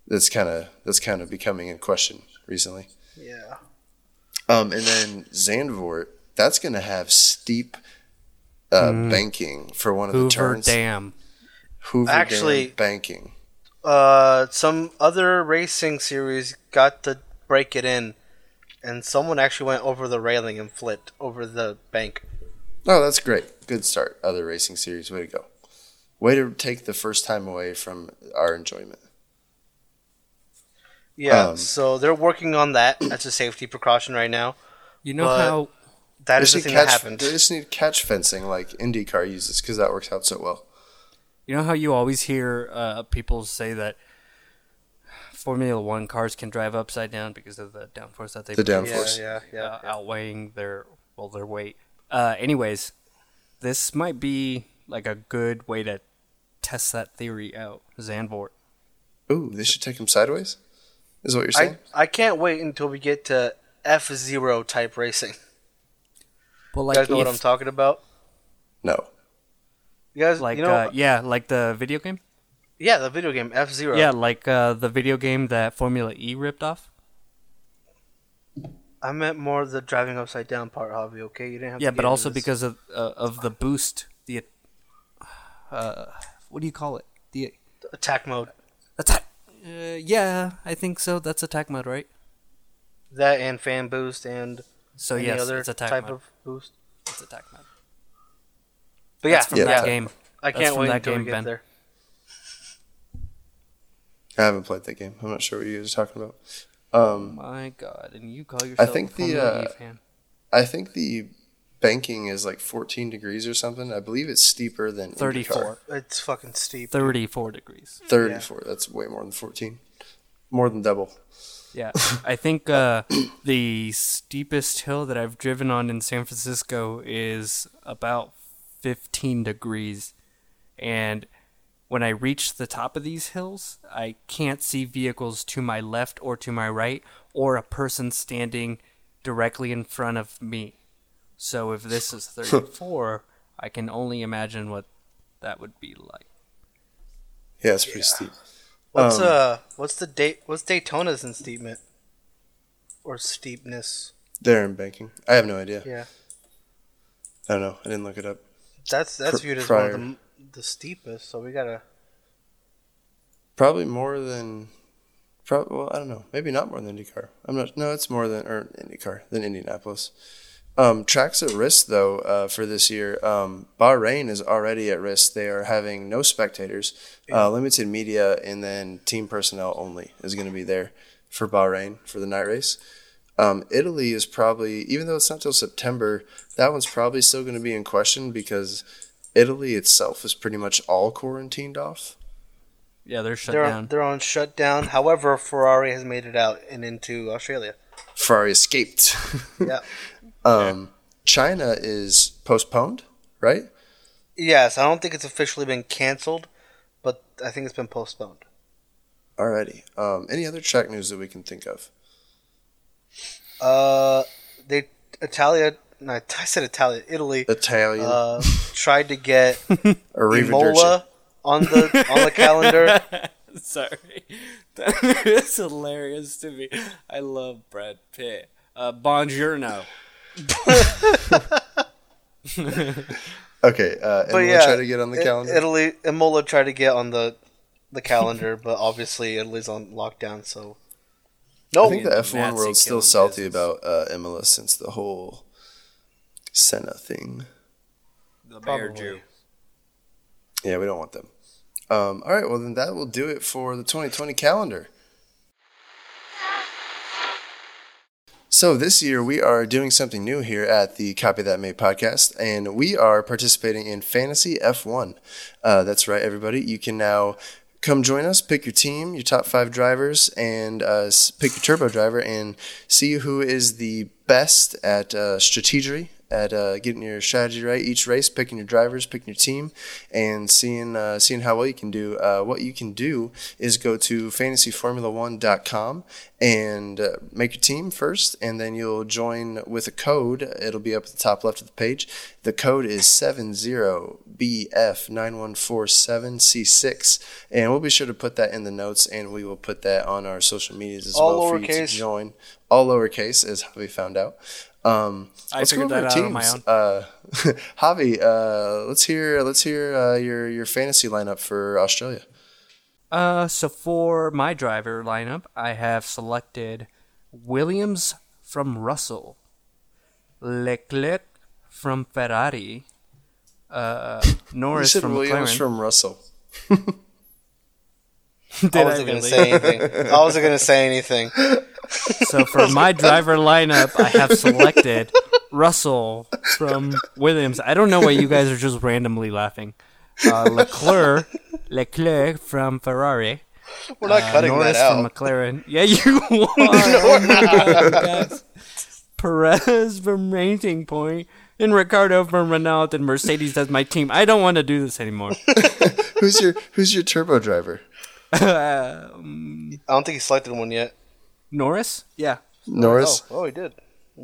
S2: that's kind of that's kind of becoming in question recently.
S3: Yeah.
S2: Um, and then Zandvoort, that's going to have steep uh, banking for one of Oh, the
S1: Mm. Hoover
S2: turns.
S1: Dam.
S2: Hoover
S3: Actually-
S2: Dam banking.
S3: Uh, some other racing series got to break it in, and someone actually went over the railing and flipped over the bank.
S2: Oh, that's great. Good start. Other racing series, way to go. Way to take the first time away from our enjoyment.
S3: Yeah.
S2: Um,
S3: so they're working on that. That's a safety precaution right now.
S1: You know
S3: But-
S1: how
S3: That
S2: They
S3: is
S2: just,
S3: the
S2: need
S3: thing
S2: catch,
S3: that happened.
S2: they just need catch fencing like IndyCar uses because that works out so well.
S1: you know how you always hear uh, people say that Formula One cars can drive upside down because of the downforce that they
S2: The
S1: produce?
S2: downforce. Of
S3: Yeah,
S2: course.
S3: yeah, yeah.
S1: uh, outweighing their well their weight. Uh, anyways, this might be like a good way to test that theory out. Zandvoort.
S2: Ooh, they should take him sideways? Is what you're saying?
S3: I I can't wait until we get to F zero type racing.
S1: Well,
S3: You
S1: like
S3: guys know what
S1: if-
S3: I'm talking about.
S2: no.
S3: You guys,
S1: like
S3: you know,
S1: uh, yeah, like the video game.
S3: yeah, the video game F zero.
S1: Yeah, like uh, the video game that Formula E ripped off.
S3: I meant more the driving upside down part, Javi. Okay, you didn't have.
S1: Yeah,
S3: to
S1: but
S3: get into
S1: also
S3: this.
S1: because of uh, of the boost, the uh, what do you call it? The
S3: attack mode,
S1: attack. Uh, yeah, I think so. That's attack mode, right?
S3: that and fan boost and
S1: So
S3: Any
S1: yes,
S3: other
S1: it's attack
S3: type
S1: mode.
S3: of boost?
S1: It's attack mode.
S3: But yeah,
S1: That's from
S2: Yeah,
S1: that
S2: attack.
S1: game.
S3: I
S1: That's
S3: can't
S1: from
S3: wait
S1: that
S3: until
S1: game,
S3: we get
S1: Ben.
S3: there.
S2: I haven't played that game. I'm not sure what you guys are talking about. Um,
S1: My God, and you call yourself
S2: think
S1: a
S2: the,
S1: Formula E
S2: uh,
S1: fan.
S2: I think the banking is like 14 degrees or something. I believe it's steeper than IndyCar.
S1: 34.
S3: It's fucking steep.
S1: 34 degrees.
S2: 34. That's way more than 14. More than double.
S1: Yeah, I think uh, the steepest hill that I've driven on in San Francisco is about 15 degrees, and when I reach the top of these hills, I can't see vehicles to my left or to my right, or a person standing directly in front of me. So if this is 34, I can only imagine what that would be like.
S2: Yeah, it's pretty steep.
S3: What's
S2: Um,
S3: uh what's the date what's Daytona's in steepment? Or steepness.
S2: There in banking. I have no idea.
S3: Yeah.
S2: I don't know. I didn't look it up.
S3: That's that's
S2: Pr-
S3: viewed as one of
S2: prior.
S3: the m- the steepest, so we gotta
S2: Probably more than. Probably, well, I don't know. Maybe not more than IndyCar. I'm not. No, it's more than or IndyCar than Indianapolis. Um, tracks at risk though uh, for this year. Um, Bahrain is already at risk. They are having no spectators, uh, limited media, and then team personnel only is going to be there for Bahrain for the night race. Um, Italy is probably, even though it's not till September, that one's probably still going to be in question because Italy itself is pretty much all quarantined off.
S1: Yeah, they're shut
S3: they're on,
S1: down.
S3: they're on shutdown. However, Ferrari has made it out and into Australia.
S2: Ferrari escaped.
S3: Yeah.
S2: Um, China is postponed, right?
S3: Yes, I don't think it's officially been canceled, but I think it's been postponed.
S2: Alrighty. Um, any other track news that we can think of?
S3: Uh, they Italia. No, I said Italia. Italy
S2: Italian.
S3: uh, tried to get
S2: Arrivederci.
S3: Imola on the on the calendar.
S1: Sorry. That is hilarious to me. I love Brad Pitt. Uh, Bonjourno.
S2: Okay. Uh, and
S3: But
S2: we'll
S3: yeah,
S2: try to get on the
S3: I-
S2: calendar.
S3: Italy Imola tried to get on the the calendar, but obviously Italy's on lockdown, so
S2: I
S3: no.
S2: think the F1
S1: Nazi
S2: world's still
S1: killing
S2: salty
S1: business.
S2: about uh, Imola since the whole Senna thing.
S1: The
S3: Probably.
S1: Bear Jew.
S2: Yeah, we don't want them. Um, all right, well then that will do it for the 2020 calendar. So this year we are doing something new here at the Copy That Made podcast, and we are participating in Fantasy F1. Uh, that's right, everybody. You can now come join us, pick your team, your top five drivers, and uh, s- pick your turbo driver, and see who is the best at uh, strategy, at uh, getting your strategy right each race, picking your drivers, picking your team, and seeing uh, seeing how well you can do. Uh, what you can do is go to fantasyformula1.com and uh, make your team first, and then you'll join with a code. It'll be up at the top left of the page. The code is 70BF9147C6, and we'll be sure to put that in the notes, and we will put that on our social medias as
S3: All
S2: well for you to
S3: lowercase.
S2: join. All lowercase is how we found out. Um,
S1: I
S2: let's go
S1: figured
S2: over
S1: that
S2: our
S1: out on my
S2: teams. Uh, Javi, uh, let's hear let's hear uh, your your fantasy lineup for Australia.
S1: Uh, so for my driver lineup, I have selected Williams from Russell, Leclerc from Ferrari, uh,
S2: You
S1: Norris
S2: said
S1: from
S2: Williams
S1: McLaren.
S2: from Russell.
S1: Did
S3: I wasn't gonna say anything. I wasn't gonna say anything.
S1: So for my driver lineup, I have selected Russell from Williams. I don't know why you guys are just randomly laughing. Uh, Leclerc, Leclerc from Ferrari,
S3: We're not
S1: uh,
S3: cutting
S1: Norris
S3: that out.
S1: from McLaren. Yeah, you are. Guys. Perez from Racing Point and Ricardo from Renault and Mercedes as my team. I don't want to do this anymore.
S2: Who's your who's your turbo driver?
S3: I don't think he selected one yet.
S1: Um, Norris? Yeah.
S2: Norris.
S3: Oh, oh, he did.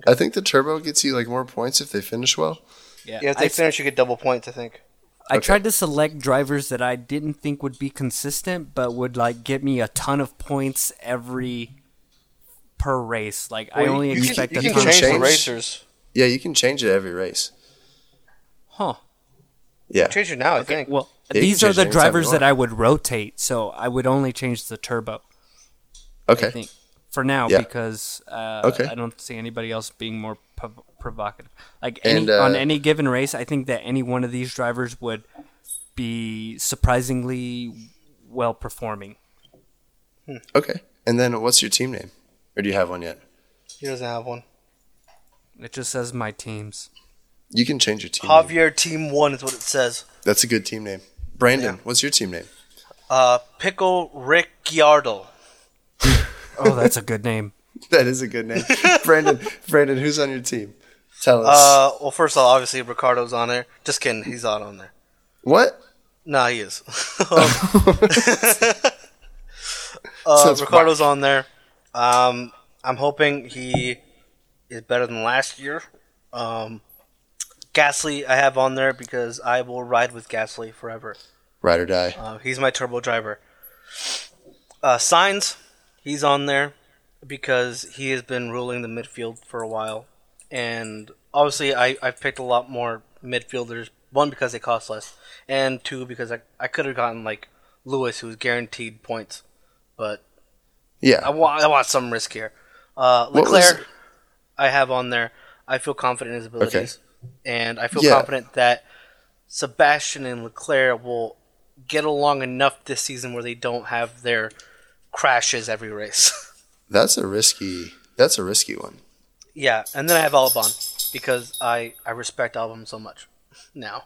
S2: I think the turbo gets you like more points if they finish well.
S3: Yeah, if they finish, you get double points. I think.
S1: I
S2: Okay.
S1: tried to select drivers that I didn't think would be consistent, but would like get me a ton of points every per race. Like I only
S3: you
S1: expect
S3: can,
S1: a
S3: you
S1: ton.
S3: can change the
S2: change.
S3: racers.
S2: Yeah, you can change it every race.
S1: Huh.
S2: Yeah.
S3: Change it now. I think.
S1: Well,
S2: you can
S1: these are
S2: change
S1: the
S2: it anytime you
S1: drivers
S2: want.
S1: that I would rotate, so I would only change the turbo. I
S2: Okay.
S1: think for now
S2: Yeah.
S1: because uh,
S2: Okay.
S1: I don't see anybody else being more prov- provocative. Like any,
S2: And, uh,
S1: on any given race, I think that any one of these drivers would be surprisingly well performing.
S2: Okay. And then what's your team name? Or do you have one yet?
S3: He doesn't have one.
S1: It just says my teams.
S2: You can change your team. name.
S3: Javier Team One is what it says.
S2: That's a good team name. Brandon, what's your team name?
S3: Uh, Pickle Rick Giardo.
S1: Oh, that's a good name.
S2: That is a good name. Brandon, Brandon, who's on your team? Tell us.
S3: Uh, well, first of all, obviously Ricardo's on there. Just kidding, he's not on there.
S2: what?
S3: Nah, he is. uh,
S2: Sounds
S3: Ricardo's on there. Um, I'm hoping he is better than last year. Um, Gasly, I have on there because I will ride with Gasly forever.
S2: Ride or die.
S3: Uh, he's my turbo driver. Uh, Signs, he's on there because he has been ruling the midfield for a while. And obviously, I, I've picked a lot more midfielders. One, because they cost less. And two, because I, I could have gotten, like, Lewis, who's guaranteed points. But I
S2: Yeah.
S3: want, I want some risk here. Uh,
S2: What was-
S3: Leclerc, I have on there. I feel confident in his abilities, and I feel
S2: Yeah.
S3: confident that Sebastian and Leclerc will get along enough this season where they don't have their crashes every race.
S2: That's a risky. That's a risky one.
S3: yeah, and then I have Albon because I I respect Albon so much now.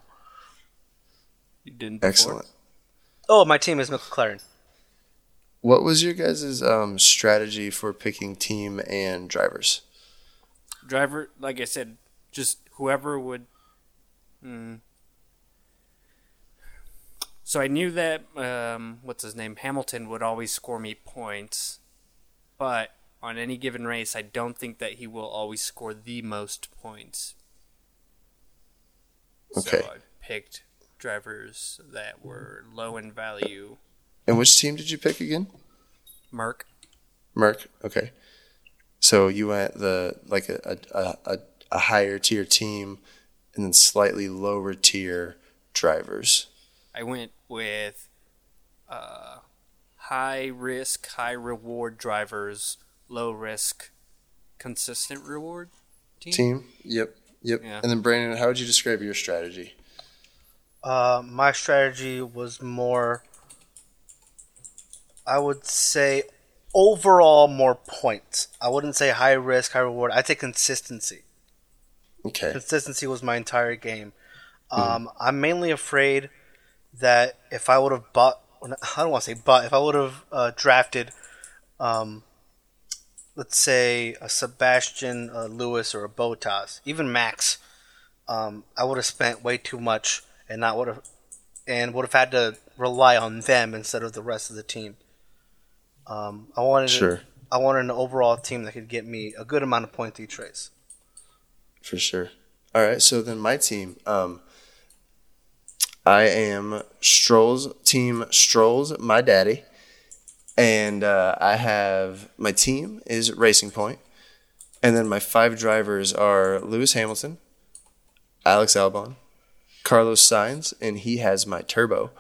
S1: You didn't. before.
S2: Excellent.
S3: Oh, my team is McLaren.
S2: What was your guys' um, strategy for picking team and drivers?
S1: driver like i said just whoever would Mm. so i knew that um, what's his name hamilton would always score me points but on any given race i don't think that he will always score the most points
S2: Okay.
S1: so i picked drivers that were low in value
S2: And which team did you pick again?
S1: merck
S2: Merck. Okay. So you went the like a a, a, a- a higher tier team, and then slightly lower tier drivers.
S1: I went with uh, high risk, high reward drivers, low risk, consistent reward team.
S2: Team. Yep. Yep.
S1: Yeah.
S2: And then Brandon, how would you describe your strategy?
S3: Uh, my strategy was more, I would say, overall more points. I wouldn't say high risk, high reward. I'd say consistency.
S2: Okay.
S3: Consistency was my entire game. Um, I'm mainly afraid that if I would have bought, I don't want to say bought, if I would have uh, drafted, um, let's say, a Sebastian a Lewis or a Botas, even Max, um, I would have spent way too much and not would have, and would have had to rely on them instead of the rest of the team. Um, I wanted,
S2: Sure.
S3: I wanted an overall team that could get me a good amount of points each race.
S2: For sure. All right. So then my team. Um, I am Strolls team Strolls, my daddy, and uh, I have my team is Racing Point, and then my five drivers are Lewis Hamilton, Alex Albon, Carlos Sainz, and he has my turbo,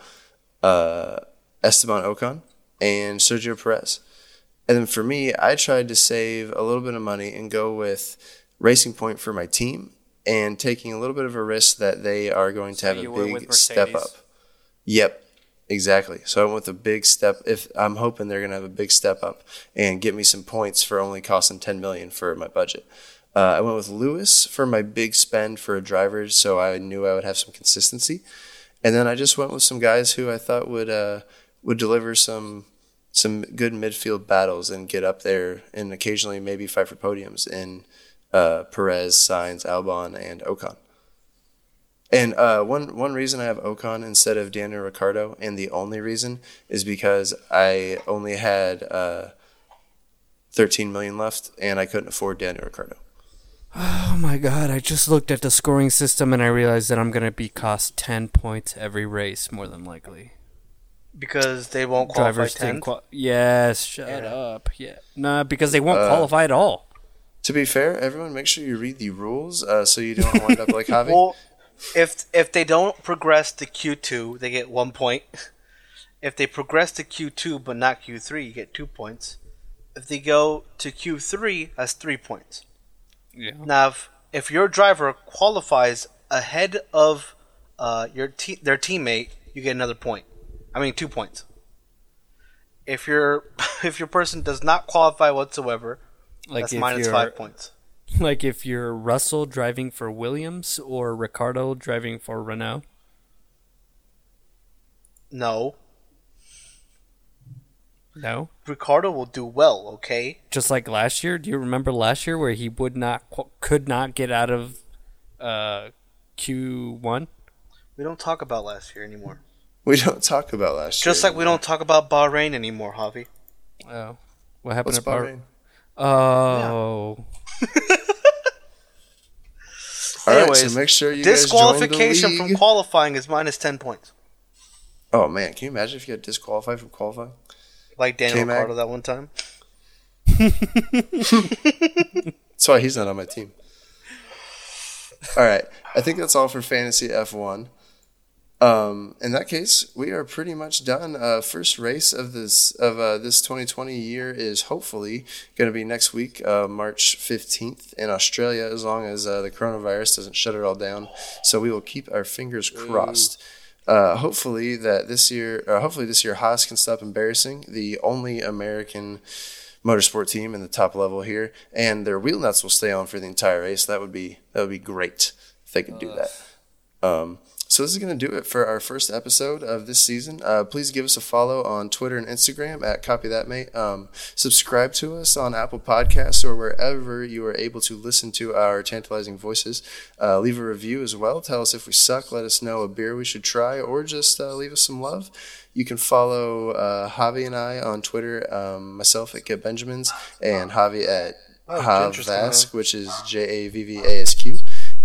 S2: uh, Esteban Ocon, and Sergio Perez. And then for me, I tried to save a little bit of money and go with Racing Point for my team and taking a little bit of a risk that they are going to have
S1: you
S2: a
S1: went with
S2: big step
S1: Mercedes.
S2: up. Yep, exactly. So I went with a big step. If I'm hoping they're going to have a big step up and get me some points for only costing 10 million for my budget. Uh, I went with Lewis for my big spend for a driver, so I knew I would have some consistency. And then I just went with some guys who I thought would uh, would deliver some some good midfield battles and get up there and occasionally maybe fight for podiums in uh, Perez, Sainz, Albon, and Ocon. And uh, one one reason I have Ocon instead of Daniel Ricciardo, and the only reason is because I only had uh, thirteen million left, and I couldn't afford Daniel Ricciardo.
S1: Oh my god! I just looked at the scoring system and I realized that I'm gonna be cost ten points every race, more than likely.
S3: because they won't qualify
S1: Drivers
S3: ten.
S1: didn't qual- Yes, shut up. Yeah, nah, because they
S3: Uh,
S1: won't qualify at all.
S2: To be fair, everyone, make sure you read the rules uh, so you don't wind up like Javi.
S3: well, if if they don't progress to Q two, they get one point. If they progress to Q two but not Q three, you get two points. if they go to Q3, that's three points.
S4: Yeah.
S3: Now, if, if your driver qualifies ahead of uh, your te- their teammate, you get another point. I mean, two points. If your if your person does not qualify whatsoever,
S1: Like
S3: that's
S1: if
S3: minus
S1: you're-
S3: five points.
S1: Like if you're Russell driving for Williams or Ricardo driving for Renault.
S3: No,
S1: No.
S3: Ricardo will do well. Okay,
S1: Just like last year, do you remember last year where he would not qu- could not get out of uh, Q1?
S3: we don't talk about last year anymore.
S2: We don't talk about last year.
S3: Just like we don't talk about Bahrain anymore, Javi.
S1: Oh. What happened
S2: What's
S1: to Bar-
S2: Bahrain?
S1: Oh.
S2: All right,
S3: Anyways,
S2: so make sure you guys join the
S3: Disqualification from
S2: league.
S3: qualifying is minus ten points.
S2: Oh man, can you imagine if you got disqualified from qualifying?
S3: Like Daniel
S2: K-Mac.
S3: Ricardo that one time.
S2: That's why he's not on my team. All right, I think that's all for fantasy F one. Um, in that case, we are pretty much done. Uh, first race of this of uh, this 2020 year is hopefully going to be next week, uh, March 15th in Australia, as long as uh, the coronavirus doesn't shut it all down. So we will keep our fingers crossed. Uh, hopefully that this year, uh, hopefully this year, Haas can stop embarrassing the only American motorsport team in the top level here, and their wheel nuts will stay on for the entire race. That would be that would be great if they could do that. Um, so this is going to do it for our first episode of this season. Uh, please give us a follow on Twitter and Instagram at Copy That Mate. Um, subscribe to us on Apple Podcasts or wherever you are able to listen to our tantalizing voices. Uh, leave a review as well. Tell us if we suck. Let us know a beer we should try, or just uh, leave us some love. You can follow uh, Javi and I on Twitter, um, myself at Get Benjamins, and Javi at
S3: Oh, interesting.
S2: Havask, which is J A V V A S Q.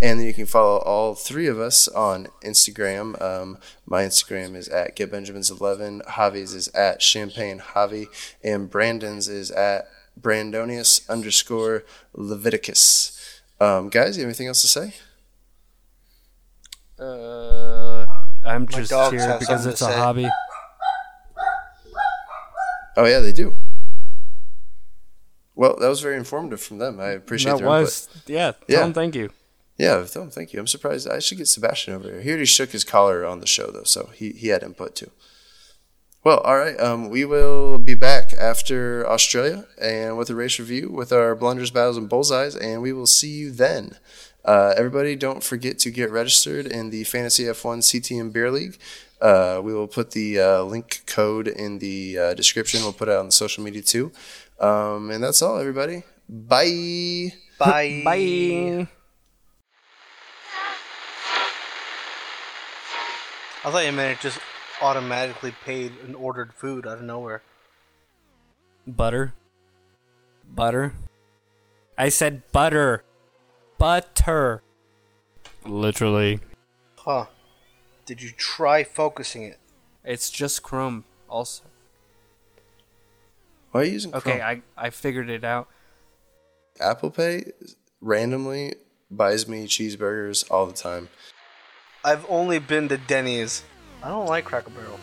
S2: And then you can follow all three of us on Instagram. Um, my Instagram is at GetBenjamins11. Javi's is at Champagne Javi. And Brandon's is at Brandonius underscore Leviticus. Um, guys, you have anything else to say?
S1: Uh, I'm just
S3: dog
S1: here
S3: has
S1: because
S3: something
S1: it's
S3: to
S1: a
S3: say.
S1: hobby.
S2: Oh, yeah, they do. Well, that was very informative from them. I appreciate
S1: That
S2: their input.
S1: was yeah. Tell
S2: Yeah.
S1: him thank you.
S2: Yeah, Tom, thank you. I'm surprised. I should get Sebastian over here. He already shook his collar on the show, though, so he, he had input too. Well, all right. Um, we will be back after Australia and with a race review with our blunders, battles, and bullseyes, and we will see you then. Uh, everybody, don't forget to get registered in the Fantasy F1 CTM Beer League. Uh, we will put the uh, link code in the uh, description. We'll put it on the social media too. Um, and that's all, everybody. Bye.
S3: Bye.
S1: Bye.
S3: I thought you meant it just automatically paid and ordered food out of nowhere.
S1: Butter. Butter. I said butter. Butter. Literally.
S3: Huh. Did you try focusing it?
S1: It's just Chrome also.
S2: Why are you using Chrome?
S1: Okay, I, I figured it out.
S2: Apple Pay randomly buys me cheeseburgers all the time.
S3: I've only been to Denny's. I don't like Cracker Barrel.